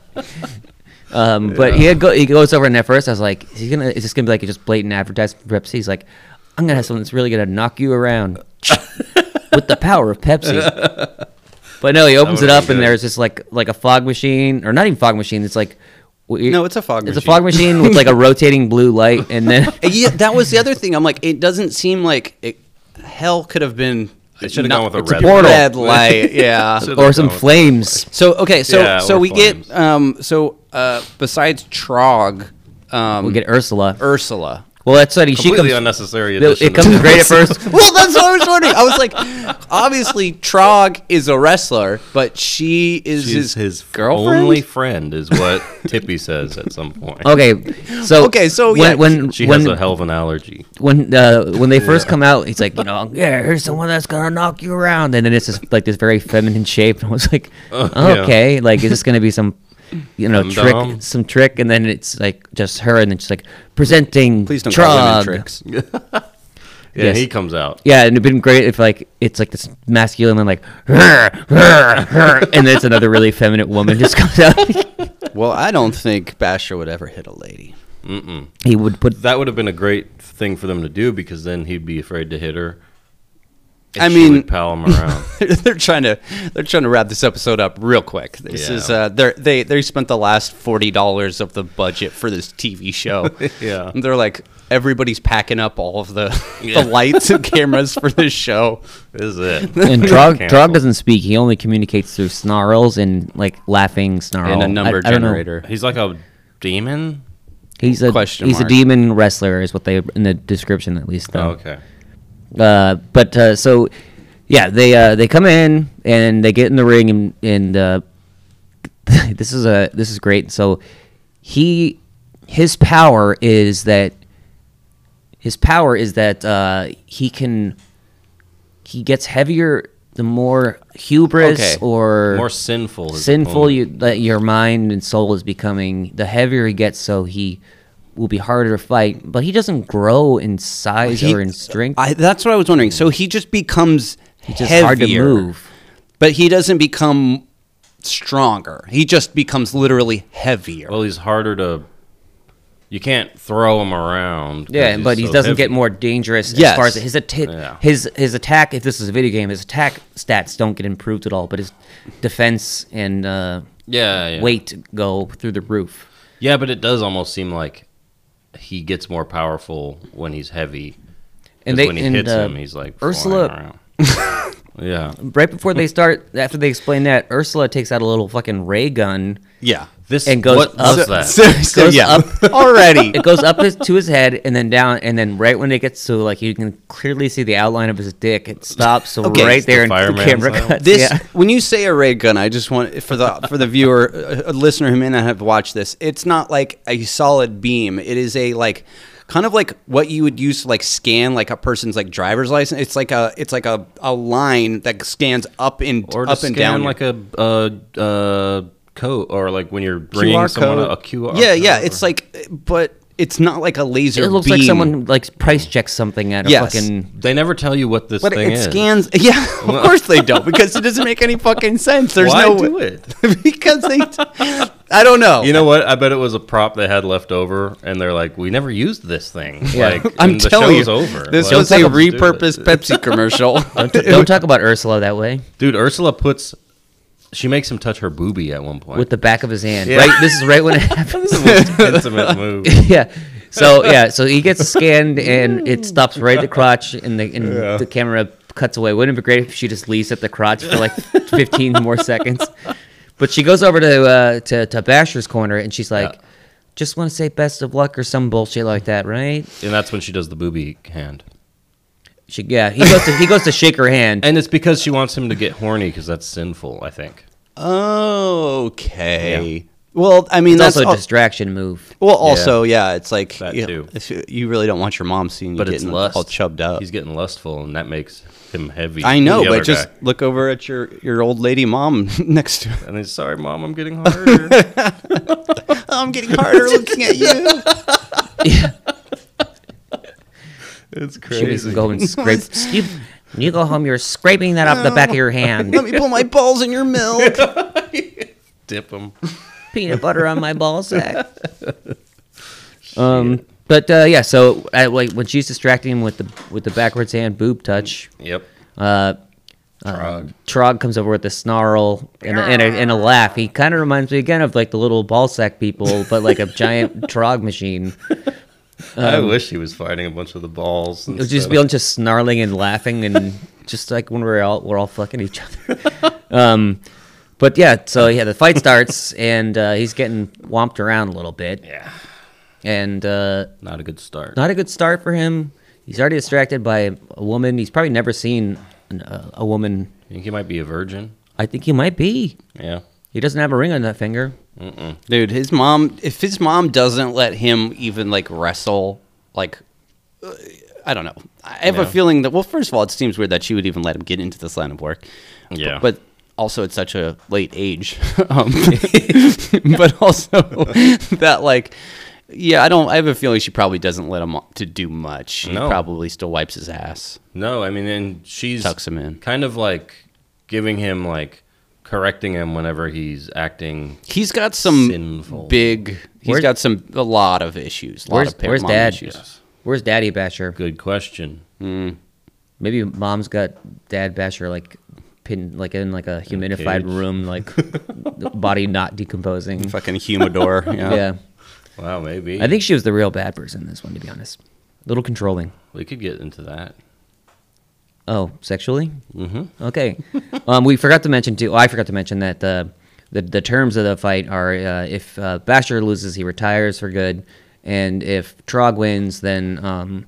S1: um, but he go, he goes over, and at first I was like, "Is he gonna? Is this gonna be like just blatant advertising for Pepsi?" He's like, "I'm gonna have someone that's really gonna knock you around." with the power of Pepsi. But no, he opens it
S3: would've
S1: up
S3: been
S1: and
S3: good.
S1: there's this like like a fog machine or not even fog machine. It's like
S2: No, it's a fog
S1: It's a
S2: machine.
S1: fog machine with like a rotating blue light and then
S2: yeah, that was the other thing. I'm like, it doesn't seem like it, hell could have been.
S3: It should've
S2: not-
S3: gone with a
S2: it's
S3: red
S1: light.
S2: red light. Yeah.
S3: Should've
S1: or some
S3: gone with-
S1: flames.
S2: So okay, so
S3: Yeah,
S2: so
S3: or
S2: we
S3: flames.
S2: get um so uh besides Trog, um
S1: We get Ursula.
S2: Ursula.
S1: Well, that's funny. She
S3: Completely
S1: comes.
S3: unnecessary.
S1: it-
S3: addition
S1: It
S3: of
S1: comes
S3: that.
S1: great at first.
S2: Well, that's what I was wondering. I was like, obviously Trog is a wrestler, but she is his,
S3: She's his
S2: girlfriend.
S3: only friend is what Tippy says at some point.
S1: Okay, so
S2: Okay, so,
S1: when
S2: Oh, yeah,
S1: when
S3: She
S1: Oh, when
S3: has a hell of an allergy.
S1: when uh, when they first come out, he's like, you know, yeah, here's someone that's gonna knock you around, and then it's just like this very feminine shape, and I was like,
S3: Uh, yeah.
S1: okay, like is this gonna be some, you know,
S3: Some
S1: trick,
S3: dumb.
S1: some trick, and then it's like just her, and then she's like presenting.
S2: Please don't
S1: Trog.
S2: call women tricks.
S3: Yeah,
S1: Yes.
S3: he comes out.
S1: Yeah, and it'd been great if like it's like this masculine and like, "Rrr, rrr, rrr," and then it's another really feminine woman just comes out.
S2: Well, I don't think Basher would ever hit a lady.
S1: he would put
S3: That would have been a great thing for them to do because then he'd be afraid to hit her. and
S2: I
S3: she
S2: mean-
S3: would pal him around.
S2: they're trying to they're trying to wrap this episode up real quick. This
S3: Yeah.
S2: is uh, they they they spent the last forty dollars of the budget for this TV show.
S3: Yeah.
S2: and they're like everybody's packing up all of the the lights and cameras for this show.
S3: This is it.
S1: And Trog,
S3: Cancel.
S1: Trog doesn't speak. He only communicates through snarls and like laughing snarl
S2: And a
S1: I-
S2: number
S1: I don't know.
S2: generator.
S3: He's like a demon.
S1: He's a
S2: Question
S1: he's
S2: mark.
S1: a demon wrestler, is what they in the description at least.
S3: Oh,
S1: though.
S3: okay.
S1: Uh, but uh, so, yeah, they uh, they come in and they get in the ring and and uh, this is a this is great. So he his power is that his power is that uh, he can he gets heavier the more hubris
S2: Okay.
S1: or
S3: More sinful. is
S1: sinful
S3: the
S1: you, that your mind and soul is becoming the heavier he gets so he will be harder to fight but he doesn't grow in size
S2: He-
S1: or in strength
S2: I, that's what I was wondering. So he just becomes
S1: it's just hard to move
S2: but he doesn't become stronger. He just becomes literally heavier.
S3: Well, he's harder to. You can't throw him around. 'cause
S1: yeah
S3: he's
S1: but he
S3: so
S1: doesn't
S3: heavy.
S1: get more dangerous
S2: Yes.
S1: as far as his attack
S3: Yeah.
S1: his his attack if this is a video game his attack stats don't get improved at all but his defense and uh,
S3: Yeah, yeah.
S1: weight go through the roof
S3: Yeah, but it does almost seem like he gets more powerful when he's heavy. 'Cause
S1: and they
S3: when he
S1: and
S3: hits
S1: uh,
S3: him, he's like flying
S1: Ursula
S3: around. yeah,
S1: right before they start after they explain that Ursula takes out a little fucking ray gun
S2: yeah.
S3: this
S1: And goes
S3: what
S1: up-
S3: was that?
S2: Seriously,
S1: Goes
S2: yeah.
S1: up.
S2: Already.
S1: it goes up his, to his head and then down and then right when it gets to like you can clearly see the outline of his dick it stops so
S2: Okay.
S1: right there
S3: The
S1: and the
S3: fireman
S1: camera
S3: style?
S1: cuts
S2: This
S1: yeah.
S2: when you say a ray gun, I just want for the for the viewer, a listener who may not have watched this, it's not like a solid beam. It is a like kind of like what you would use to like scan like a person's like driver's license. It's like a it's like a, a line that scans up and
S3: or
S2: up
S3: just
S2: and
S3: scan
S2: down
S3: like a uh, uh, code, or like when you're bringing someone a, a QR.
S2: Yeah, yeah.
S3: code.
S2: It's like, but it's not like a laser.
S1: it looks like
S2: beam.
S1: someone like price checks something at a
S2: Yes.
S1: fucking
S3: they never tell you what this
S2: But
S3: thing
S2: it
S3: is.
S2: scans. Yeah, of course they don't because it doesn't make any fucking sense. There's
S3: Why
S2: no
S3: do
S2: way-
S3: it?
S2: because they. I don't know.
S3: You know what? I bet it was a prop they had left over, and they're like, "We never used this thing."
S1: Yeah.
S3: Like,
S2: I'm
S3: and the
S2: telling you,
S3: show's over.
S2: this
S3: Like,
S2: was a
S3: let's do it.
S2: repurposed Pepsi commercial.
S1: don't talk about Ursula that way
S3: Dude, Ursula puts. She makes him touch her boobie at one point.
S1: with the back of his hand
S3: Yeah.
S1: right this is right when it happens
S3: intimate move.
S1: yeah so yeah so he gets scanned and it stops right at the crotch and the and the camera cuts away wouldn't it be great if she just leaves at the crotch for like 15 more seconds but she goes over to uh to, to basher's corner and she's like
S3: Yeah.
S1: just want to say best of luck or some bullshit like that right
S3: And that's when she does the booby hand.
S1: she yeah he goes to he goes to shake her hand
S3: And it's because she wants him to get horny because that's sinful, I think.
S2: okay. Well, I mean,
S1: it's
S2: that's
S1: also a
S2: al-
S1: distraction move
S2: well, also, yeah, it's like
S3: That
S2: you,
S3: too.
S2: if you- you really don't want your mom seeing you
S3: But it's
S2: getting
S3: lust.
S2: all chubbed up.
S3: He's getting lustful, and that makes him heavy.
S2: I know,
S3: The other
S2: but just
S3: guy.
S2: look over at your your old lady mom next to. her.
S3: And he's sorry, mom, I'm getting harder.
S2: I'm getting harder looking at you.
S3: it's
S1: she makes
S3: crazy.
S1: him go and scrape you, you go home you're scraping that up the back of your hand
S2: Let me pull my balls in your milk.
S3: Dip him.
S1: peanut butter on my ball sack. Um, But uh, yeah, so I, like when she's distracting him with the with the backwards hand boob touch,
S3: Yep.
S1: uh,
S3: Trog.
S1: Trog comes over with a snarl and a, and a, and a laugh. He kind of reminds me again of like the little ball sack people, but like a giant Trog machine.
S3: I wish he was fighting a bunch of the balls.
S1: It was Um, just
S3: instead
S1: people just snarling and laughing and just like when we're all we're all fucking each other. um, but yeah, so yeah, the fight starts and uh, he's getting womped around a little bit.
S3: Yeah.
S1: and uh,
S3: of- Not a good start.
S1: not a good start for him. He's already distracted by a woman. He's probably never seen an, uh, a woman.
S3: I think he might be a virgin.
S1: I think he might be.
S3: Yeah.
S1: He doesn't have a ring on that finger.
S2: Dude, his mom, if his mom doesn't let him even like wrestle, like, uh, I don't know. I have a
S3: Yeah.
S2: feeling that, well, first of all, it seems weird that she would even let him get into this line of work.
S3: Yeah.
S2: But, also at such a late age. um, but also that, like, yeah, I don't, I have a feeling she probably doesn't let him to do much. She
S3: No.
S2: probably still wipes his ass.
S3: No, I mean, and she's
S2: Tucks him in.
S3: kind of like giving him like correcting him whenever he's acting.
S2: He's got some
S3: Sinful.
S2: big, He's
S1: Where's-
S2: got some, a lot of issues. A lot
S1: Where's-
S2: of par-
S1: where's
S2: mom
S1: dad?
S2: issues.
S1: Where's Daddy Basher?
S3: Good question.
S1: Maybe Mom's got Dad Basher like pinned like in like a humidified
S3: cage.
S1: room, like the body not decomposing.
S2: Fucking humidor.
S1: Yeah,
S3: Wow, maybe
S1: I think she was the real bad person in this one, to be honest. A little controlling.
S3: we could get into that.
S1: Oh, sexually? Mm-hmm. Okay. um, we forgot to mention too. I forgot to mention that the the, the terms of the fight are uh, if uh, Basher loses, he retires for good, and if Trog wins, then um,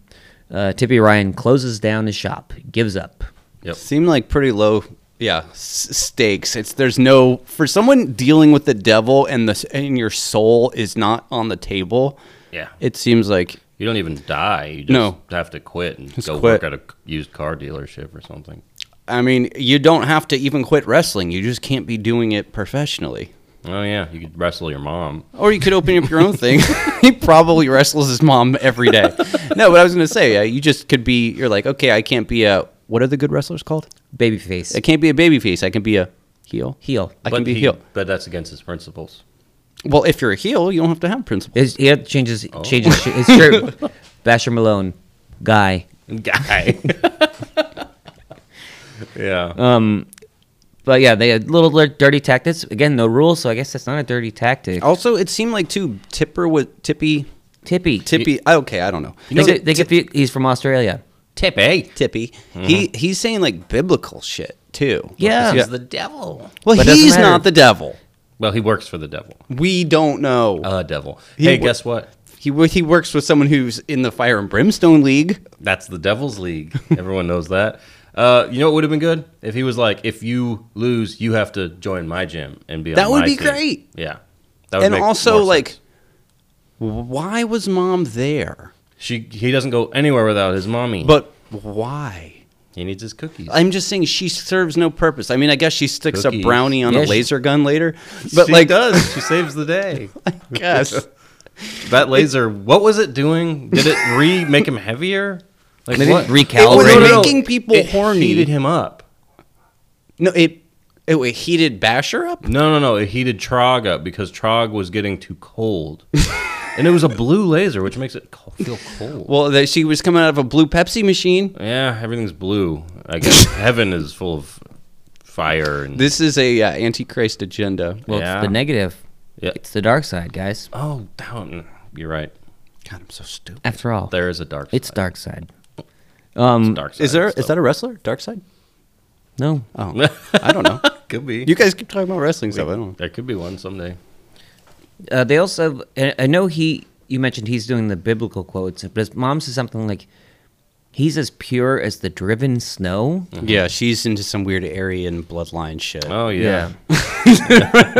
S1: uh, Tippy Ryan closes down his shop, gives up.
S3: Yep.
S2: Seem like pretty low, yeah, s- stakes. It's there's no for someone dealing with the devil and the and your soul is not on the table.
S3: Yeah.
S2: It seems like
S3: You don't even die. You just
S2: No.
S3: have to quit and go
S2: quit.
S3: work at a used car dealership or something.
S2: I mean, you don't have to even quit wrestling. You just can't be doing it professionally.
S3: Oh yeah, you could wrestle your mom.
S2: Or you could open up your own thing. he probably wrestles his mom every day. No, but I was gonna say, uh, you just could be. You're like, okay, I can't be a. What are the good wrestlers called? I
S1: Babyface
S2: can't be a babyface. I can be a heel.
S1: heel.
S2: I can be
S3: he-
S2: heel.
S3: But that's against his principles.
S2: Well, if you're a heel, you don't have to have principles.
S1: His, he had changes changes his shirt. Basher Malone, guy.
S3: Guy. yeah.
S2: Uh,
S1: But yeah, they had little dirty tactics. Again, no rules, so I guess that's not a dirty tactic.
S2: Also, it seemed like too Tipper was Tippy.
S1: Tippy.
S2: Tippy. okay, I don't know.
S1: They get, they get, he's from Australia.
S2: Tippy. Tippy. He he's saying like biblical shit too.
S1: Mm-hmm. Yeah.
S2: Yeah.
S3: the devil.
S2: Well,
S1: But it doesn't
S2: he's
S1: matter.
S2: not the devil.
S3: Well, he works for the devil.
S2: We don't know.
S1: Oh.
S3: Uh, devil.
S2: He
S3: hey,
S2: wo-
S3: guess what?
S2: he wo- he works with someone who's in the Fire and Brimstone League.
S3: That's the Devil's League. Everyone knows that. Uh, you know what would have been good if he was like, if you lose, you have to join my gym and be. on
S2: That would
S3: my
S2: be
S3: team."
S2: great.
S3: Yeah, that
S2: And
S3: make
S2: also
S3: more
S2: like
S3: sense.
S2: why was mom there?
S3: she he doesn't go anywhere without his mommy.
S2: But why?
S3: he needs his cookies.
S2: I'm just saying she serves no purpose. I mean, I guess she sticks a
S3: Cookies.
S2: brownie on
S1: Yeah,
S2: a
S1: she-
S2: laser gun later. But
S3: she
S2: like
S3: does she saves the day?
S2: yes.
S3: That laser, what was it doing? Did it re make him heavier? Like
S1: Maybe
S3: what?
S1: recalibrate.
S2: It was
S1: No, no,
S3: no.
S2: making people
S3: It
S2: horny.
S3: Heated him up.
S2: No, it it, it heated Basher up.
S3: No, no, no. It heated Trog up because Trog was getting too cold. and it was a blue laser, which makes it co- feel cold.
S2: Well, that she was coming out of a blue Pepsi machine.
S3: yeah, everything's blue. I guess heaven is full of fire and.
S2: This is a uh, antichrist agenda.
S1: Well,
S3: Yeah.
S1: it's the negative.
S3: Yeah.
S1: It's the dark side, guys.
S3: oh, down. You're right.
S2: God, I'm so stupid.
S1: After all,
S3: There is a dark.
S1: it's
S3: side.
S1: dark side.
S3: It's dark side
S2: Is there?
S3: and
S2: Is
S3: stuff.
S2: that a wrestler? Dark side?
S1: No.
S2: Oh, I don't know.
S3: Could be.
S2: You guys keep talking about wrestling stuff. I don't know.
S3: there could be one someday.
S1: Uh, they also, I I know he, you mentioned he's doing the biblical quotes, but his mom says something like, he's as pure as the driven snow.
S2: Yeah, she's into some weird Aryan bloodline shit.
S3: Oh yeah.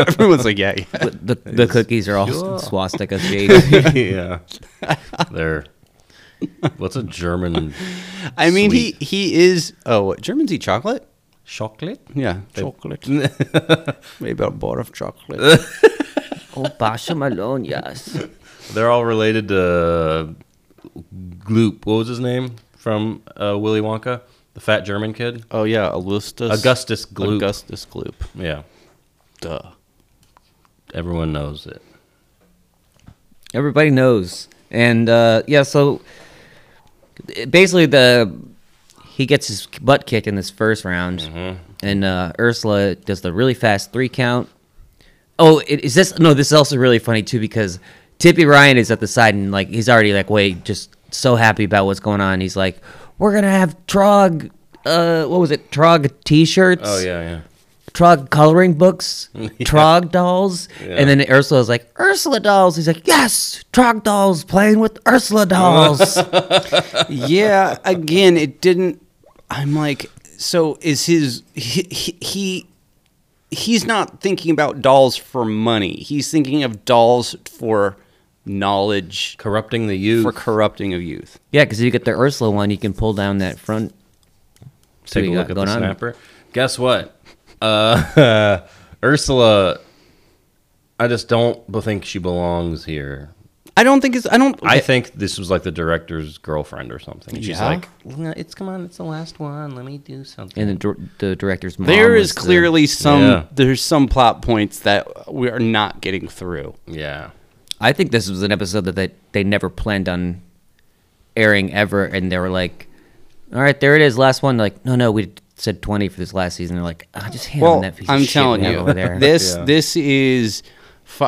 S2: Everyone's like, yeah, yeah.
S1: But the, the cookies are all
S3: Sure.
S1: swastika shaped.
S3: Yeah. There. What's a German
S2: I mean, he he is. Oh, what, Germans eat chocolate.
S3: chocolate?
S2: Yeah, chocolate. Maybe a bar of chocolate.
S1: oh, Basha Malone, yes.
S3: They're all related to Gloop. What was his name from uh, Willy Wonka? The fat German kid.
S2: oh yeah, Augustus.
S3: Augustus Gloop.
S2: Augustus Gloop.
S3: Yeah,
S2: Duh.
S3: everyone knows it.
S1: Everybody knows. And uh, yeah, so basically the he gets his butt kicked in this first round,
S3: Mm-hmm.
S1: and uh, Ursula does the really fast three count. Oh, i- is this no? This is also really funny too because Tippy Ryan is at the side and like he's already like wait, just so happy about what's going on. He's like, we're gonna have Trog, uh, what was it? Trog T-shirts.
S3: Oh yeah, yeah.
S1: Trog coloring books, Trog dolls,
S3: Yeah.
S1: and then Ursula's like Ursula dolls. He's like, yes, Trog dolls playing with Ursula dolls.
S2: yeah again it didn't i'm like so is his he, he- he he's not thinking about dolls for money he's thinking of dolls for knowledge
S3: Corrupting the youth.
S2: for corrupting of youth
S1: yeah, because if you get the Ursula one, you can pull down that front.
S3: Take a
S1: what you
S3: look
S1: got
S3: at
S1: going
S3: the
S1: on.
S3: snapper. Guess what? Uh, Ursula, I just don't think she belongs here.
S2: i don't think it's i don't
S3: I think this was like the director's girlfriend or something. She's
S2: Yeah?
S3: like, "Well, it's come on, it's the last one. Let me do something.
S1: And the, dir- the director's mom.
S2: there is
S1: was the-
S2: clearly some
S3: Yeah.
S2: there's some plot points that we are not getting through
S3: yeah.
S1: I think this was an episode that they, they never planned on airing ever, and they were like, "All right, there it is, last one." Like, no, no, we said twenty for this last season. They're like, oh, "Just hand them that piece
S2: I'm
S1: of shit
S2: telling
S1: we have
S2: you,
S1: over there."
S2: this
S3: Yeah.
S2: this is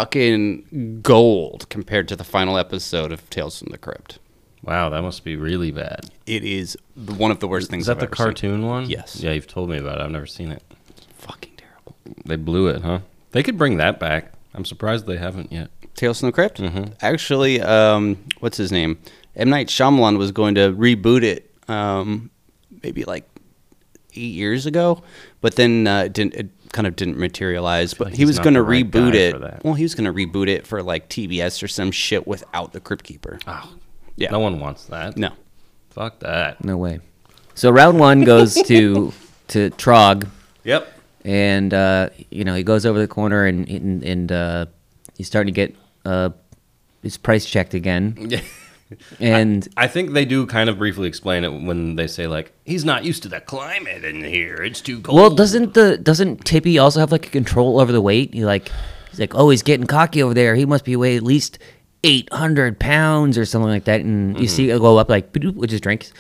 S2: fucking gold compared to the final episode of Tales from the Crypt.
S3: Wow, that must be really bad.
S2: It is the- one of the worst things.
S3: Is that
S2: I've
S3: the
S2: ever seen.
S3: cartoon one?
S2: Yes.
S3: Yeah, you've told me about it. I've never seen it.
S2: Fucking terrible.
S3: They blew it, huh? They could bring that back. I'm surprised they haven't yet.
S2: Tales from the Crypt.
S3: Mm-hmm.
S2: Actually, um, what's his name? M Night Shyamalan was going to reboot it, um, maybe like eight years ago, but then uh, it didn't. It kind of didn't materialize. But
S3: like
S2: he
S3: he's
S2: was
S3: not
S2: going to
S3: the right
S2: reboot
S3: guy for
S2: it.
S3: that.
S2: Well, he was going to reboot it for like TBS or some shit without the Crypt Keeper.
S3: Oh,
S2: Yeah.
S3: No one wants that.
S2: No.
S3: Fuck that.
S1: no way. So round one goes to to Trog,
S3: Yep.
S1: and uh, you know he goes over the corner, and and, and uh, he's starting to get uh, his price checked again, and.
S3: I think they do kind of briefly explain it when they say like he's not used to the climate in here. It's too cold.
S1: Well, doesn't the doesn't Tippy also have like a control over the weight? He like he's like, oh, he's getting cocky over there. He must be weigh at least eight hundred pounds or something like that. And you
S2: Mm-hmm.
S1: see it go up like "Bidoop," which is drinks,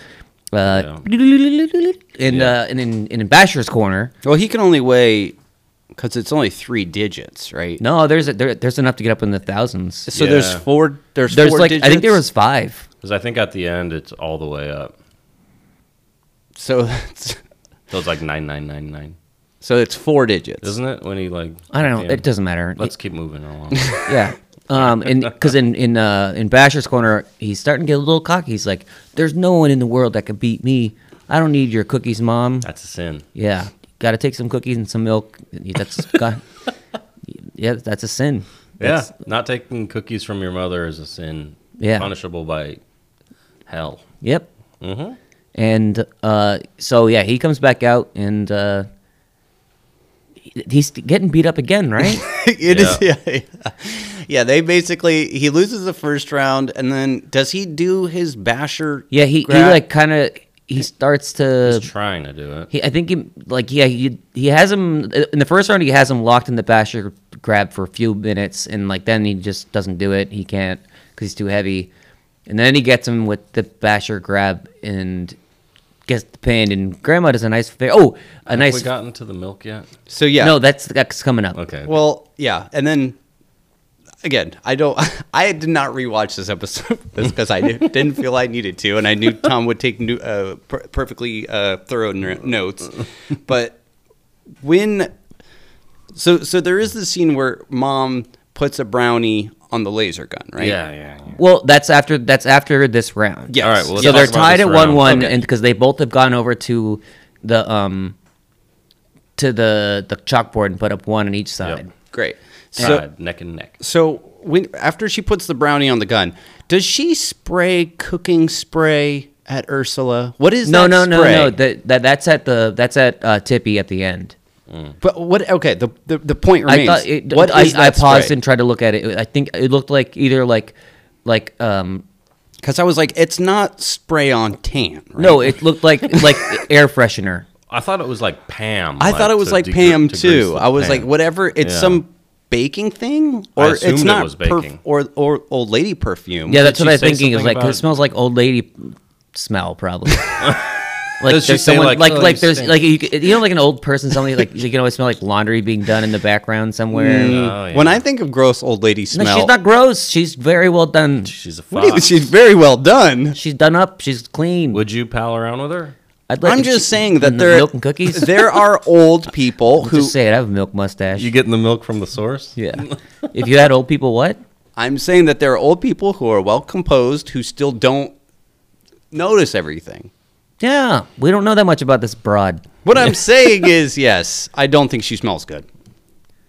S1: uh, and
S3: Yeah.
S1: uh, and in and in Basher's corner.
S2: Well, he can only weigh because it's only three digits, right?
S1: No, there's a, there, there's enough to get up in the thousands.
S2: So there's
S3: Yeah.
S2: four. There's,
S1: There's
S2: four
S1: like
S2: digits.
S1: I think there was five.
S3: Because I think at the end it's all the way up.
S2: So that's,
S3: So it's like nine nine nine nine,
S2: so it's four digits.
S3: isn't it? When he like
S1: I don't know.
S3: damn,
S1: It doesn't matter.
S3: Let's keep moving along.
S1: Yeah. Um, and because in in uh, in Basher's corner, he's starting to get a little cocky. He's like, "There's no one in the world that could beat me. I don't need your cookies, mom."
S3: That's a sin.
S1: Yeah, got to take some cookies and some milk. That's got, yeah, that's a sin. That's-
S3: yeah, not taking cookies from your mother is a sin.
S1: Yeah.
S3: punishable by hell.
S1: Yep.
S3: Mm-hmm.
S1: And uh, so yeah, he comes back out and uh, he- he's getting beat up again, right?
S2: It is-
S3: Yeah.
S2: yeah. yeah. Yeah, They basically he loses the first round, and then does he do his basher?
S1: yeah, he, he
S2: grab?
S1: like kind of he starts to.
S3: He's trying to do it.
S1: He, I think he like yeah he he has him in the first round he has him locked in the basher grab for a few minutes and like then he just doesn't do it he can't because he's too heavy and then he gets him with the basher grab and gets the pin and grandma does a nice fa- oh a
S3: Have
S1: nice
S3: we gotten to the milk yet?
S2: So yeah.
S1: no that's that's coming up
S3: Okay.
S2: Well, yeah, and then again, I don't. I did not rewatch this episode because I didn't didn't feel I needed to, and I knew Tom would take new, uh, per- perfectly uh, thorough n- notes. But when so so there is the scene where mom puts a brownie on the laser gun, right?
S3: yeah, yeah, yeah.
S1: well that's after that's after this round
S2: Yes.
S3: All right. Well, let's
S1: so
S3: talk
S1: they're
S3: about
S1: tied
S3: this
S1: at one
S3: round.
S1: one,
S2: Okay.
S1: and because they both have gone over to the um to the the chalkboard and put up one on each side.
S2: Great. So
S3: Tied, neck and neck.
S2: so when after she puts the brownie on the gun, does she spray cooking spray at Ursula? What is
S1: No,
S2: that
S1: no, no,
S2: spray?
S1: no. That, that that's at the that's at uh, Tippy at the end.
S2: But what? Okay, the the, the point
S1: I
S2: remains.
S1: thought it,
S2: what
S1: I,
S2: is
S1: I
S2: that
S1: paused
S2: spray?
S1: and tried to look at it. I think it looked like either like like um
S2: because I was like, it's not spray on tan. Right?
S1: no, it looked like like air freshener.
S3: I thought it was like Pam.
S2: I thought it was
S3: to
S2: like
S3: degre-
S2: Pam
S3: to grease
S2: too.
S3: the
S2: I was
S3: pan.
S2: like, whatever. It's
S3: Yeah.
S2: some baking thing,
S3: I
S2: or
S3: assumed
S2: it's
S3: it
S2: not
S3: was
S2: perf-
S3: baking.
S2: or or old lady perfume.
S1: Yeah, that's
S3: she
S1: what I was
S3: say
S1: thinking. Is
S3: something
S1: like 'cause
S3: about-
S1: it smells like old lady smell, probably. like
S3: Does she
S1: there's
S3: say,
S1: someone
S3: like,
S1: like like,
S3: "Oh, you
S1: there's
S3: stink"?
S1: like you, could- you know like an old person something like you can always smell like laundry being done in the background somewhere.
S3: Oh, yeah.
S2: When I think of gross old lady Mm. smell,
S1: No, she's not gross. She's very well done.
S3: she's a
S2: What do you-
S3: fox.
S2: she's very well done.
S1: She's done up. She's clean.
S3: Would you pal around with her?
S1: I'd
S2: I'm
S1: if
S2: just
S1: she-
S2: saying
S1: the
S2: that there
S1: milk and cookies.
S2: there are old people who
S1: just say it. I have a milk mustache.
S3: You getting the milk from the source?
S1: yeah. if you had old people, what?
S2: I'm saying that there are old people who are well composed who still don't notice everything.
S1: Yeah, we don't know that much about this broad.
S2: What I'm saying is, yes, I don't think she smells good.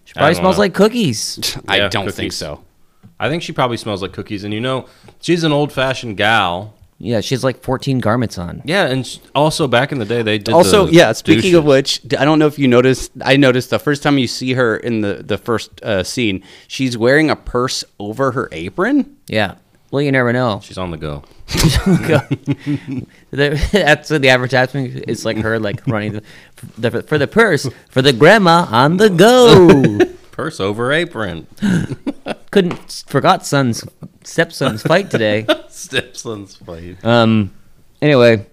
S1: She probably
S3: don't
S1: smells
S3: know.
S1: like cookies.
S2: I
S3: Yeah,
S2: don't think
S3: cookies.
S2: so.
S3: I think she probably smells like cookies. And you know, she's an old fashioned gal.
S1: Yeah, she has like 14 garments on.
S3: Yeah, and sh- also back in the day they did.
S2: Also,
S3: the
S2: yeah. Speaking
S3: douches.
S2: of which, d- I don't know if you noticed. I noticed the first time you see her in the the first uh, scene, she's wearing a purse over her apron.
S1: Yeah. Well, you never know.
S3: she's on the go.
S1: The- That's what the advertisement is like her like running the, the, for the purse for the grandma on the go.
S3: Purse over apron.
S1: Couldn't forgot son's stepson's fight today.
S3: Stepson's fight.
S1: Um. Anyway,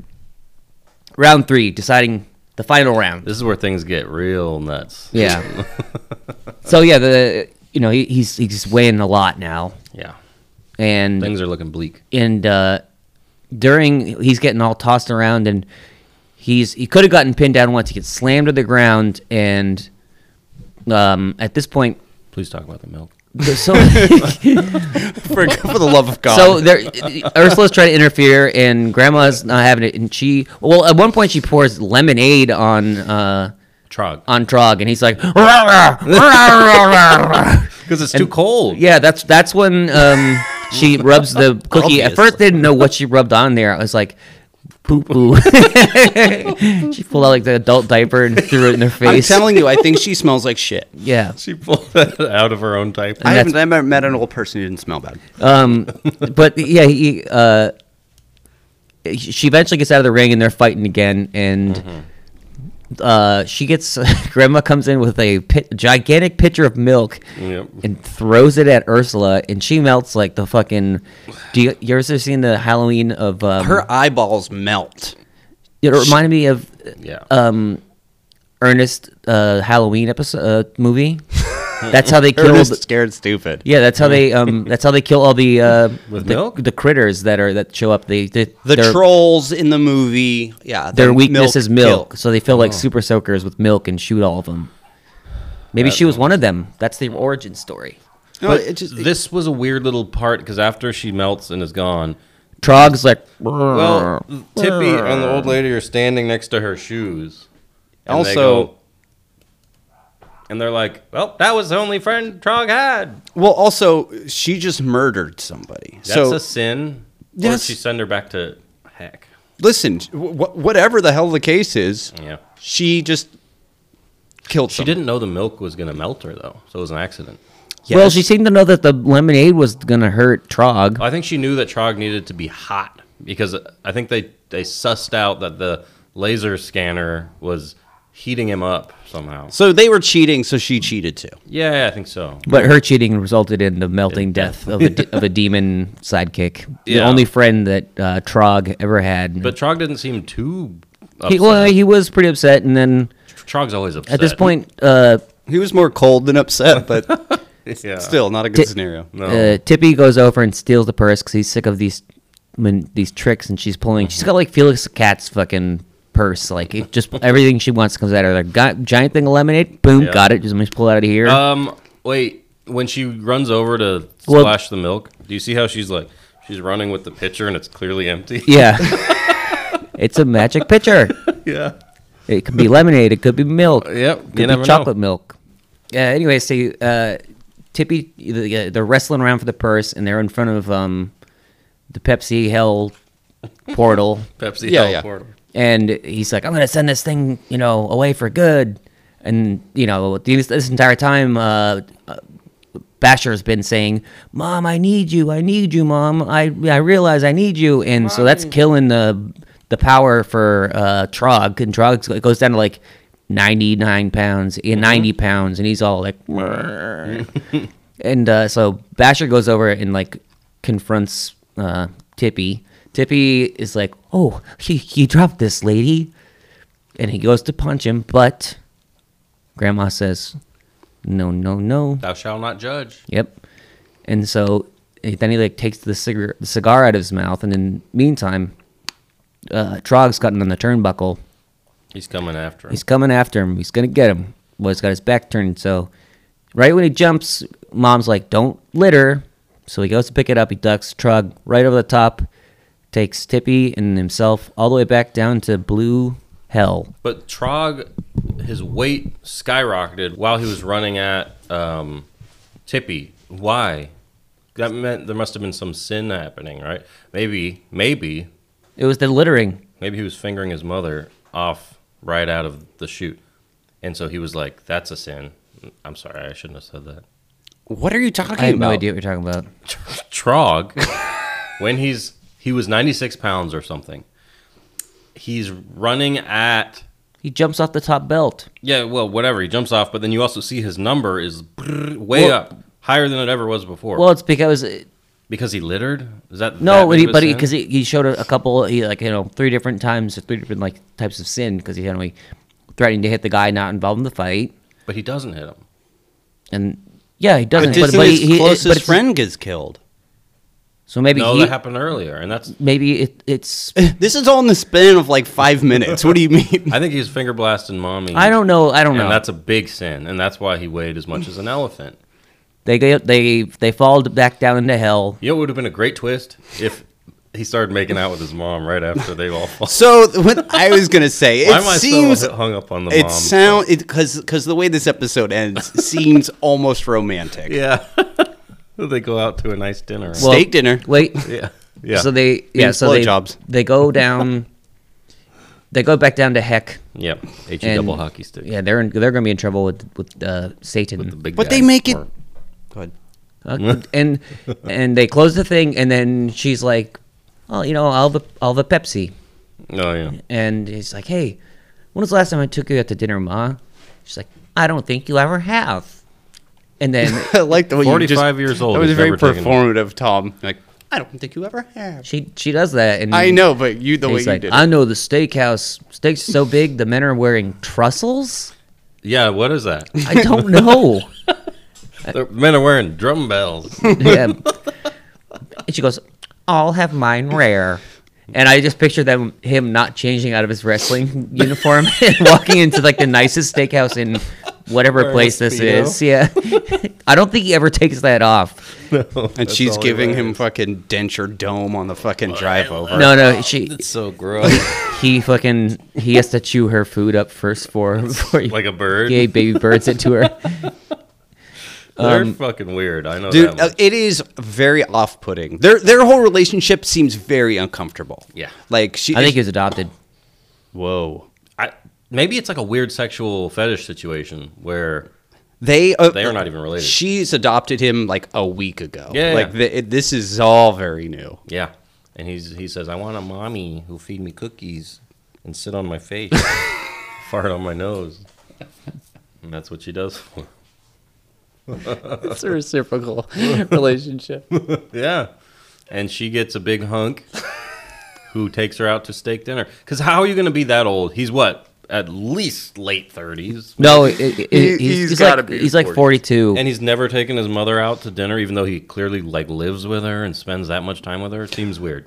S1: round three, deciding the final round.
S3: this is where things get real nuts.
S1: Yeah. so yeah, the you know he, he's he's weighing a lot now,
S3: Yeah.
S1: and
S3: Things are looking bleak.
S1: and uh, during he's getting all tossed around and he's he could have gotten pinned down once he gets slammed to the ground and um, at this point
S3: Please talk about the milk.
S1: so
S2: For, for the love of God.
S1: so there Ursula's trying to interfere and Grandma's not having it and she well at one point she pours lemonade on uh,
S3: Trog.
S1: on Trog and he's like "Rah, rah, rah, rah, rah."
S3: Because it's too cold.
S1: Yeah, that's that's when um, she rubs the cookie. At first,
S2: Obviously.
S1: they didn't know what she rubbed on there. I was like, poo poo. she pulled out like the adult diaper and threw it in their
S2: I'm
S1: face.
S2: telling you, I think she smells like shit.
S1: yeah,
S3: She pulled that out of her own diaper.
S2: I
S1: that's-
S2: haven't, I haven't met an old person who didn't smell bad.
S1: but yeah, he. Uh, she eventually gets out of the ring and they're fighting again, and
S2: Mm-hmm.
S1: uh, she gets grandma comes in with a pit, gigantic pitcher of milk.
S3: Yep.
S1: and throws it at Ursula, and she melts like the fucking. Do you, you ever seen the Halloween of um,
S2: Her eyeballs melt.
S1: It reminded me of
S3: Yeah.
S1: um, Ernest uh, Halloween episode uh, movie. That's how they killed.
S2: Ernest scared stupid.
S1: Yeah, that's how they um, that's how they kill all the uh,
S3: With
S1: the,
S3: milk?
S1: the critters that are that show up. They, they
S2: The
S1: their,
S2: trolls in the movie, yeah,
S1: their
S2: the
S1: weakness is milk,
S2: kill.
S1: so they feel like super soakers with milk and shoot all of them. Maybe she was one of them. That's the origin story.
S2: No,
S3: but
S2: it just,
S3: this was a weird little part because after she melts and is gone,
S1: Trog's like,
S3: well, Tippy and the
S1: uh.
S3: old lady are standing next to her shoes. And they
S2: Also-
S3: go- and they're like, "Well, that was the only friend Trog had."
S2: well, also she just murdered somebody.
S3: That's
S2: so
S3: a sin. Or
S2: Yes.
S3: she send her back to heck.
S2: listen, wh- whatever the hell the case is,
S3: Yeah.
S2: she just killed.
S3: She didn't know the milk was gonna melt her though, so it was an accident.
S1: well, she seemed to know that the lemonade was gonna hurt Trog.
S3: I think she knew that Trog needed to be hot because I think they they sussed out that the laser scanner was heating him up somehow.
S2: So they were cheating, so she cheated too.
S3: Yeah, I think so.
S1: But her cheating resulted in the melting death of a, de- of a demon sidekick, the
S3: Yeah.
S1: only friend that uh, Trog ever had.
S3: But Trog didn't seem too. Upset.
S1: he, well, he was pretty upset, and then
S3: Trog's always upset.
S1: at this point, uh,
S2: He was more cold than upset, but
S3: yeah.
S2: still not a good
S1: Ti-
S2: scenario.
S3: no.
S1: uh, Tippy goes over and steals the purse because he's sick of these when, these tricks, and she's pulling. She's got like Felix the Cat's fucking purse, like it just everything she wants comes out of there. Got, giant thing of lemonade, boom,
S3: Yeah.
S1: got it. Just let me pull it out of here.
S3: um, wait. When she runs over to
S1: Well-
S3: splash the milk, do you see how she's like? She's running with the pitcher and it's clearly empty.
S1: yeah, it's a magic pitcher.
S3: yeah.
S1: It could be lemonade. It could be milk.
S3: Yep.
S1: Could be chocolate milk. Yeah. Anyway, so uh, Tippy, the- they're wrestling around for the purse, and they're in front of um, the Pepsi Hell portal,
S3: Pepsi.
S2: Yeah,
S3: Hell
S2: yeah.
S3: Portal.
S1: and he's like, "I'm gonna send this thing, you know, away for good." And you know, this, this entire time, uh, uh, Basher's been saying, "Mom, I need you. I need you, Mom. I I realize I need you." And so that's killing the the power for uh, Trog, and Trog goes down to like 99 pounds and 90 pounds, and he's all like, and uh, so Basher goes over and like confronts uh, Tippy. Tippy is like, "Oh, he he dropped this lady," and he goes to punch him, but Grandma says, "No, no, no."
S3: Thou shalt not judge.
S1: Yep. And so eh, then he like takes the cigar the cigar out of his mouth, and in meantime, uh, Trog's gotten on the turnbuckle.
S3: He's coming after him.
S1: He's coming after him. He's gonna get him. Well, he's got his back turned. So right when he jumps, mom's like, "Don't litter." So he goes to pick it up. He ducks Trog right over the top, takes Tippy and himself all the way back down to blue hell.
S3: But Trog, his weight skyrocketed while he was running at um, Tippy. Why? That meant there must have been some sin happening, right? Maybe, maybe,
S1: It was the littering.
S3: maybe he was fingering his mother off right out of the chute, and so he was like, "That's a sin." I'm sorry, I shouldn't have said that.
S2: What are you talking
S1: I have
S2: about?
S1: no idea what you're talking about.
S3: Trog, when he's he was 96 pounds or something, he's running at
S1: He jumps off the top belt.
S3: Yeah, well, whatever. He jumps off, but then you also see his number is brrr, way
S1: Well-
S3: up, higher than it ever was before.
S1: Well, it's because it-
S3: because he littered. Is that
S1: No, but he, but because
S3: because
S1: he, he showed a, a couple, he, like you know, three different times, three different like types of sin because he only threatening to hit the guy not involved in the fight,
S3: but he doesn't hit him.
S1: and yeah, he doesn't.
S2: But
S1: But,
S2: his
S1: but he, he- but
S2: closest
S1: it's-
S2: friend gets killed.
S1: So maybe
S3: No,
S1: he,
S3: that happened earlier, and that's.
S1: maybe it, it's.
S2: This is all in the span of like five minutes. What do you mean?
S3: I think he's finger blasting mommy.
S1: I don't know. I don't
S3: And
S1: know.
S3: that's a big sin, and that's why he weighed as much as an elephant.
S1: they go- they they fall back down into hell.
S3: You know, it would have been a great twist if he started making out with his mom right after they all fall.
S2: So what I was gonna say,
S3: why
S2: it
S3: am I
S2: seems
S3: so hung up on the
S2: it
S3: mom?
S2: sound it because because the way this episode ends seems almost romantic.
S3: Yeah. they go out to a nice dinner.
S1: Well-
S2: Steak dinner.
S1: Wait,
S3: yeah. Yeah.
S1: so they yeah,
S2: Means
S1: so they
S2: blowjobs.
S1: they go down. they go back down to heck.
S3: Yep. H E
S1: and-
S3: double hockey stick.
S1: Yeah, they're in, they're gonna be in trouble with with uh, Satan.
S3: The big
S2: But
S3: guy.
S2: they make it.
S3: Or-
S2: Go ahead.
S1: Uh, and and they close the thing, and then she's like, "Oh, you know, I'll have a, I'll have a Pepsi."
S3: Oh yeah.
S1: And he's like, "Hey, when was the last time I took you out to dinner, Ma?" She's like, "I don't think you ever have." And then
S2: I like the way you just-
S3: 45 years old,
S2: That was
S3: he's
S2: very
S3: never taken-
S2: performative, Tom. Like I don't think you ever have.
S1: she she does that, and
S3: Mm.
S2: I know, but you the way
S1: He's
S2: you
S1: like,
S2: did.
S1: "I
S2: it.
S1: know the steakhouse steaks so big, the men are wearing trussels."
S3: Yeah, what is that?
S1: I don't know.
S3: the men are wearing drum bells.
S1: yeah. And she goes, "I'll have mine rare." And I just picture them him not changing out of his wrestling uniform and walking into like the nicest steakhouse in whatever
S3: Wearing a
S1: place this
S3: Speedo.
S1: is. Yeah, I don't think he ever takes that off.
S2: And she's giving him fucking denture dome on the fucking drive over.
S1: No, no, she
S3: so gross.
S1: he fucking he has to chew her food up first for before he
S3: like a bird.
S1: gave baby birds it to her.
S3: They're fucking weird. I know
S2: Dude,
S3: that.
S2: uh,
S3: much.
S2: it is very off-putting. Their their whole relationship seems very uncomfortable.
S3: Yeah.
S2: like she.
S1: I think he was adopted.
S3: Whoa. I maybe it's like a weird sexual fetish situation where
S2: they uh,
S3: they are not even related.
S2: She's adopted him like a week ago.
S3: Yeah,
S2: like
S3: yeah.
S2: The, it, this is all very new.
S3: yeah, and he's he says I want a mommy who feed me cookies and sit on my face, fart on my nose. And that's what she does for. him.
S4: It's a reciprocal relationship.
S3: Yeah. And she gets a big hunk who takes her out to steak dinner. Because how are you going to be that old? He's what? At least late 30s.
S1: No, it, it, he's, he's,
S4: he's
S1: like,
S4: gotta be
S1: he's like 42.
S3: And he's never taken his mother out to dinner, even though he clearly like lives with her and spends that much time with her. Seems weird.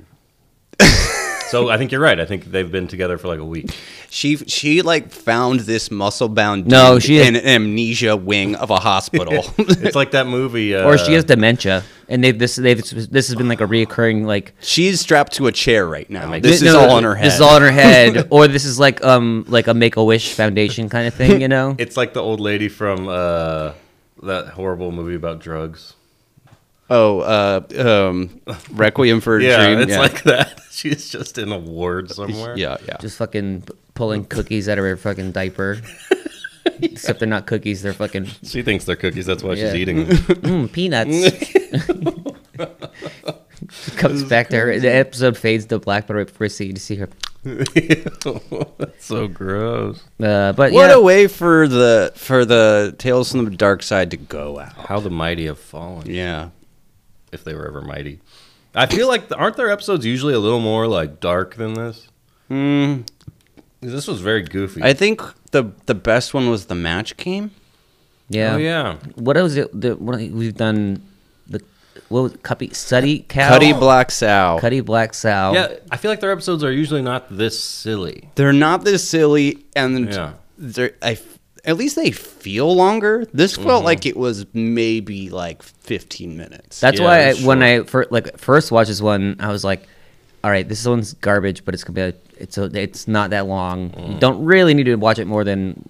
S3: so I think you're right. I think they've been together for like a week.
S2: She she like found this muscle bound
S1: No, she is-
S2: in an amnesia wing of a hospital.
S3: It's like that movie. Uh,
S1: or she has dementia, and they've this they've this has been like a reoccurring like
S2: She's strapped to a chair right now. This
S1: Oh No,
S2: is
S1: no,
S2: all in her head.
S1: This is all in her head, or this is like um like a Make a Wish Foundation kind of thing, you know?
S3: It's like the old lady from uh, that horrible movie about drugs.
S2: oh, uh, um, Requiem for a
S3: Yeah,
S2: Dream.
S3: it's like that. She's just in a ward somewhere.
S2: yeah, yeah.
S1: Just fucking p- pulling cookies out of her fucking diaper. Except they're not cookies; they're fucking
S3: She thinks they're cookies. That's why
S1: Yeah.
S3: she's eating them.
S1: mm, peanuts. Comes back to her. The episode fades to black, but right before we see you see her.
S3: That's so gross.
S1: Uh, but
S2: What
S1: yeah,
S2: a way for the for the Tales from the Dark Side to go out.
S3: How the mighty have fallen,
S2: Yeah.
S3: if they were ever mighty. I feel like aren't their episodes usually a little more like dark than this? Hmm.
S2: Mm,
S3: 'Cause This was very goofy.
S2: I think the the best one was the match game.
S1: yeah.
S3: Oh yeah,
S1: What was it? The, what, we've done the what was it, Cuppy Suddy Cow
S2: Cuddy Black Sow.
S1: Cuddy Black Sow.
S3: yeah. I feel like their episodes are usually not this silly.
S2: They're not this silly, and
S3: Yeah.
S2: they're I f at least they feel longer. This felt
S3: Mm-hmm.
S2: like it was maybe like fifteen minutes.
S1: That's
S3: Yeah,
S1: why I,
S3: it's
S1: when I fir- like first watched this one, I was like, "All right, this one's garbage, but it's gonna be a, it's a, it's not that long.
S2: Mm.
S1: You don't really need to watch it more than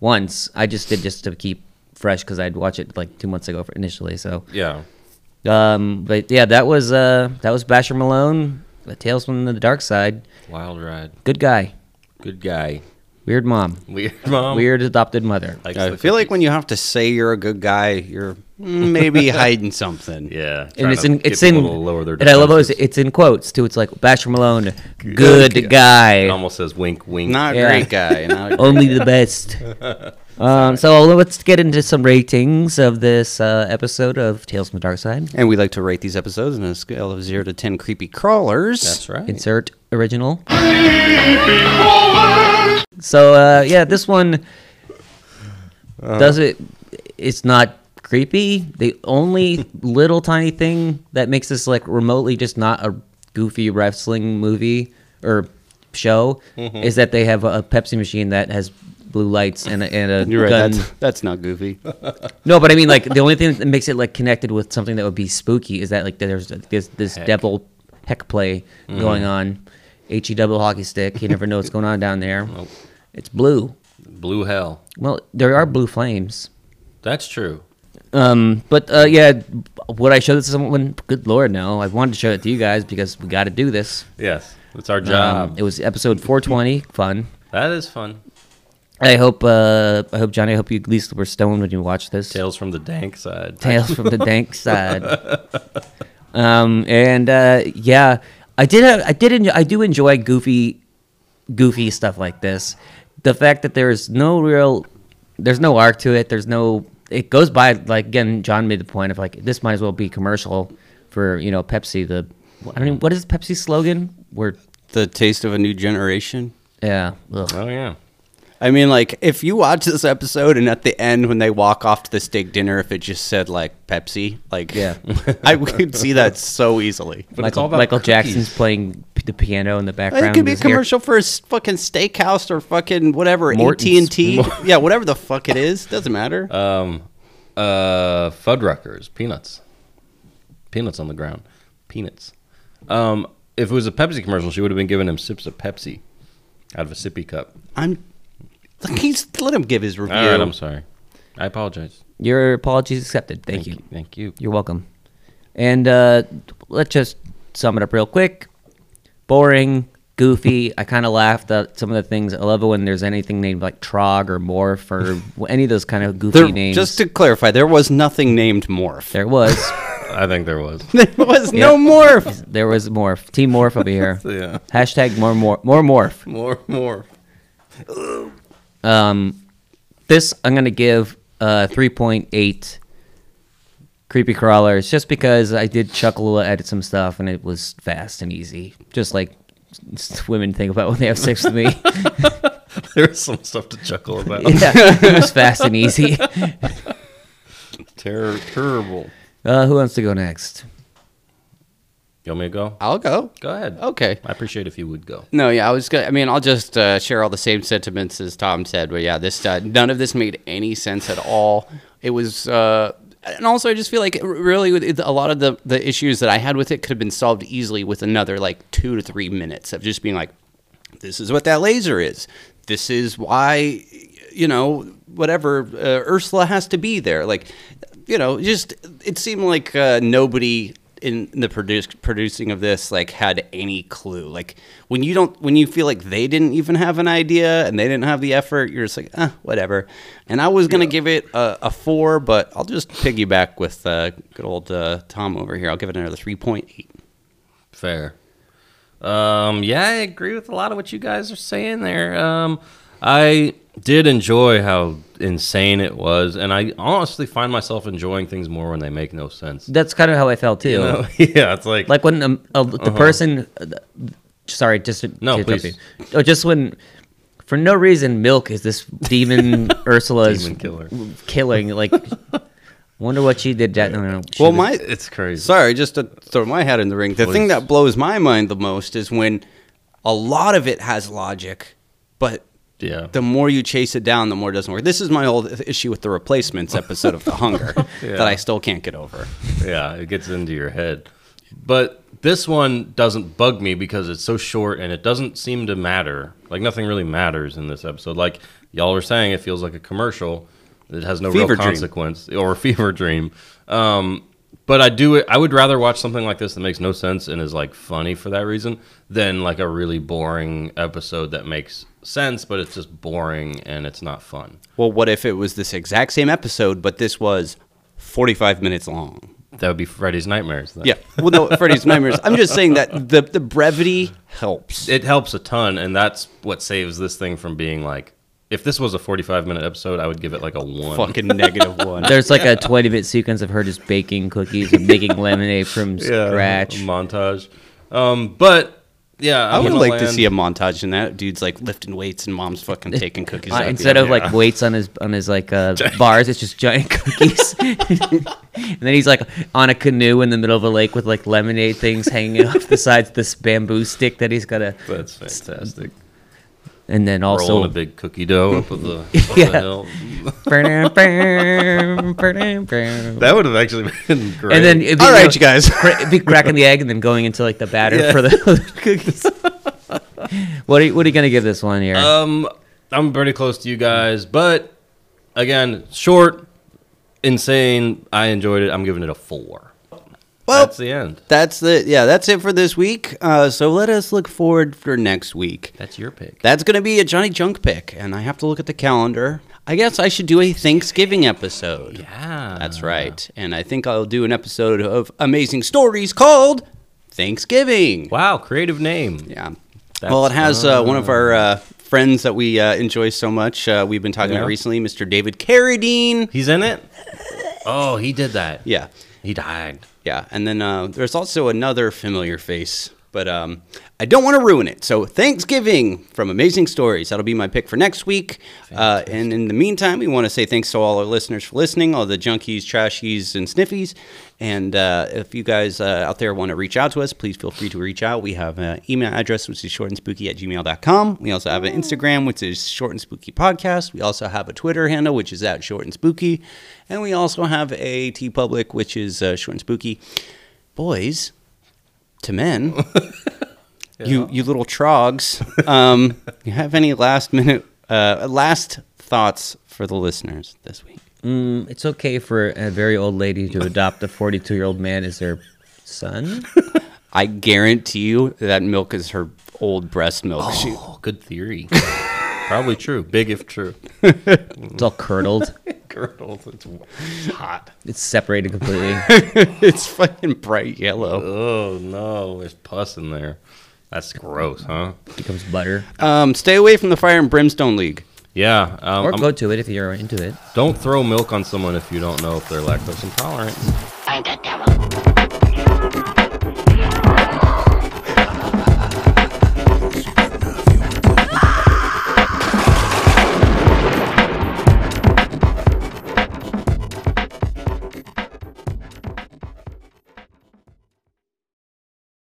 S1: once. I just did just to keep fresh because I'd watch it like two months ago for initially. So,
S3: Yeah,
S1: um, but yeah, that was uh that was Basher Malone, the Tales from the Dark Side.
S3: wild ride.
S1: Good guy,
S3: Good guy.
S1: weird mom,
S3: Weird mom.
S1: weird adopted mother.
S3: Likes
S2: I
S3: the
S2: feel like
S3: cookies.
S2: when you have to say you're a good guy, you're maybe hiding something.
S3: yeah,
S1: and
S3: trying
S1: it's
S3: to
S1: in
S3: get
S1: it's in
S3: people to lower their
S1: and I love how it's,
S3: defenses.
S1: it's in quotes too. It's like Basher Malone, good, guy.
S3: It almost says wink, wink.
S2: Not a
S1: Yeah.
S2: great guy. Not a great
S1: Only the best. Um, so let's get into some ratings of this uh, episode of Tales from the Dark Side.
S2: And we like to rate these episodes on a scale of zero to ten creepy crawlers.
S3: That's right.
S1: Insert original. So uh, yeah, this one
S2: Uh,
S1: does it. It's not creepy. The only little tiny thing that makes this like remotely just not a goofy wrestling movie or show
S2: Mm-hmm.
S1: is that they have a Pepsi machine that has blue lights and a, and a
S2: You're right.
S1: gun.
S2: That's, that's not goofy.
S1: No, but I mean, like the only thing that makes it like connected with something that would be spooky is that like there's this this devil heck play going on. He double hockey stick. You never know what's going on down there. It's blue.
S3: Blue hell.
S1: Well, there are blue flames.
S3: That's true.
S1: Um, but uh, yeah, would I show this to someone? Good lord, no. I wanted to show it to you guys because we got to do this.
S3: Yes, it's our job.
S1: Um, it was episode 420. Fun.
S3: that is fun.
S1: I hope. Uh, I hope Johnny. I hope you at least were stoned when you watched this.
S3: Tales from the dank side.
S1: Tales from the Dank Side. Um, and uh, yeah, I did. Have, I did. Enjoy, I do enjoy goofy, goofy stuff like this. The fact that there's no real, there's no arc to it. There's no. It goes by like again. John made the point of like this might as well be commercial for you know Pepsi. The I mean, what is Pepsi's slogan? We're
S2: the taste of a new generation.
S1: yeah. ugh.
S3: Oh yeah.
S2: I mean, like, if you watch this episode and at the end when they walk off to the steak dinner, if it just said like Pepsi, like,
S1: Yeah.
S2: I could see that so easily.
S3: But it's
S1: Michael,
S3: all about
S1: Michael
S3: cookies.
S1: Jackson's playing p- the piano in the
S2: I
S1: background.
S2: think it could be a
S1: His hair-
S2: commercial for a s- fucking steakhouse or fucking whatever
S1: Morton's.
S2: AT&T. yeah, whatever the fuck it is, doesn't matter.
S3: Um, uh, Fuddruckers, peanuts, peanuts on the ground, peanuts. Um, if it was a Pepsi commercial, she would have been giving him sips of Pepsi out of a sippy cup.
S2: I'm. Like he's let him give his review.
S3: All right, I'm sorry. I apologize.
S1: Your apologies accepted. Thank, you.
S3: Thank you.
S1: You're welcome. And uh, let's just sum it up real quick. Boring, goofy. I kind of laughed at some of the things. I love it when there's anything named like Trog or Morph or any of those kind of goofy
S2: There-
S1: names.
S2: just to clarify, there was nothing named Morph.
S1: there was,
S3: I think there was.
S2: There was no Morph.
S1: there was Morph. Team Morph over here.
S3: yeah.
S1: Hashtag more more more Morph.
S3: More, more.
S1: Um, this I'm gonna give uh 3.8 creepy crawlers just because I did chuckle at some stuff and it was fast and easy, just like s- s- women think about when they have sex with me.
S3: There's some stuff to chuckle about.
S1: yeah, it was fast and easy.
S3: Ter- terrible.
S1: Uh, who wants to go next?
S3: You want me to go?
S2: I'll go.
S3: Go ahead.
S2: Okay.
S3: I appreciate if you would go.
S2: No, yeah, I was gonna. I mean, I'll just uh, share all the same sentiments as Tom said. But yeah, this uh, none of this made any sense at all. It was, uh, and also I just feel like it really it, a lot of the the issues that I had with it could have been solved easily with another like two to three minutes of just being like, this is what that laser is. This is why, you know, whatever uh, Ursula has to be there. Like, you know, just it seemed like uh, nobody in the produce, producing of this like had any clue. Like when you don't, when you feel like they didn't even have an idea and they didn't have the effort, you're just like, ah, whatever. And I was gonna give it a, a four, but I'll just piggyback with uh, good old uh, Tom over here. I'll give it another three point eight.
S3: Fair. Um, yeah, I agree with a lot of what you guys are saying there. Um, I did enjoy how insane it was, and I honestly find myself enjoying things more when they make no sense.
S1: That's kind of how I felt too.
S3: You know? yeah, it's like,
S1: Like when um, uh, the person, uh, th- sorry, just to,
S3: Uh-huh. No,
S1: to interrupt
S3: please.
S1: you. Oh, just when, for no reason, Milk is this demon Ursula's
S3: Demon killer.
S1: killing. Like, wonder what she did. That, no, no, no, she
S2: well,
S1: was-
S2: my
S3: it's crazy.
S2: Sorry, just to throw my hat in the ring. The thing
S3: Please.
S2: that blows my mind the most is when a lot of it has logic, but
S3: yeah,
S2: the more you chase it down, the more it doesn't work. This is my old issue with the replacements episode of The Hunger that I still can't get over.
S3: yeah, it gets into your head. But this one doesn't bug me because it's so short and it doesn't seem to matter. Like nothing really matters in this episode. Like y'all were saying, it feels like a commercial. It has no
S2: Fever
S3: real
S2: dream.
S3: consequence or a fever dream. Um, but I do. I would rather watch something like this that makes no sense and is like funny for that reason than like a really boring episode that makes sense, but it's just boring and it's not fun.
S2: Well, what if it was this exact same episode, but this was 45 minutes long?
S3: That would be Freddy's Nightmares. Then.
S2: Yeah. Well, no, Freddy's Nightmares. I'm just saying that the, the brevity helps.
S3: it helps a ton, and that's what saves this thing from being like. If this was a forty-five minute episode, I would give it like a one.
S2: Fucking negative one.
S1: There's like a 20 bit sequence of her just baking cookies and making lemonade from scratch.
S3: a montage. Um, but yeah,
S2: I
S3: I'm
S2: would
S3: gonna
S2: like to
S3: land-
S2: see a montage in that. Dude's like lifting weights and mom's fucking taking cookies.
S1: Uh,
S2: out the
S1: instead
S2: oven.
S1: of like weights on his on his like uh, bars, it's just giant cookies. and then he's like on a canoe in the middle of a lake with like lemonade things hanging off the sides of this bamboo stick that he's got to.
S3: That's fantastic.
S1: And then
S3: Rolling a
S1: also.
S3: big cookie dough up of the, up
S1: Yeah.
S3: the hill.
S1: and
S3: That would have actually been great.
S1: then it'd be,
S2: All right, you guys.
S1: cra- it'd be cracking the egg and then going into like the batter for the cookies. what are you, what are you gonna give this one here?
S3: Um, I'm pretty close to you guys, but again, short, insane. I enjoyed it. I'm giving it a four.
S2: Well,
S3: That's the end.
S2: That's the yeah. That's it for this week. Uh, so let us look forward for next week.
S3: That's your pick.
S2: That's gonna be a Johnny Junk pick, and I have to look at the calendar. I guess I should do a Thanksgiving episode.
S3: Yeah,
S2: That's right, and I think I'll do an episode of Amazing Stories called Thanksgiving.
S3: Wow, creative name.
S2: Yeah.
S3: That's-
S2: well, it has uh, one of our uh, friends that we uh, enjoy so much. Uh, we've been talking
S3: Yeah.
S2: about recently, Mr. David Carradine.
S3: He's in it. Oh, he did that.
S2: Yeah.
S3: he died.
S2: Yeah, and then uh, there's also another familiar face, but um, I don't want to ruin it. So Thanksgiving from Amazing Stories. That'll be my pick for next week. Uh, and in the meantime, we want to say thanks to all our listeners for listening, all the junkies, trashies, and sniffies. And uh, if you guys uh, out there want to reach out to us, please feel free to reach out. We have an email address, which is short and spooky at gmail.com. We also have an Instagram, which is short and spooky podcast. We also have a Twitter handle, which is at short and spooky. And we also have a T Public, which is uh, short and spooky. Boys to men, you you little trogs. Um, you have any last minute uh, last thoughts for the listeners this week?
S1: Mm, it's okay for a very old lady to adopt a 42 year old man as their son.
S2: I guarantee you that milk is her old breast milk. She-
S3: Oh, good theory. Probably true. Big if true.
S1: It's all curdled.
S3: Girdles. It's hot.
S1: It's separated completely.
S2: it's fucking bright yellow.
S3: Oh no, there's pus in there. That's gross, huh?
S1: becomes butter.
S2: Um, stay away from the fire and brimstone league.
S3: Yeah. Um,
S1: Or
S3: I'm-
S1: go to it if you're into it.
S3: don't throw milk on someone if you don't know if they're lactose intolerant.
S5: Find a devil.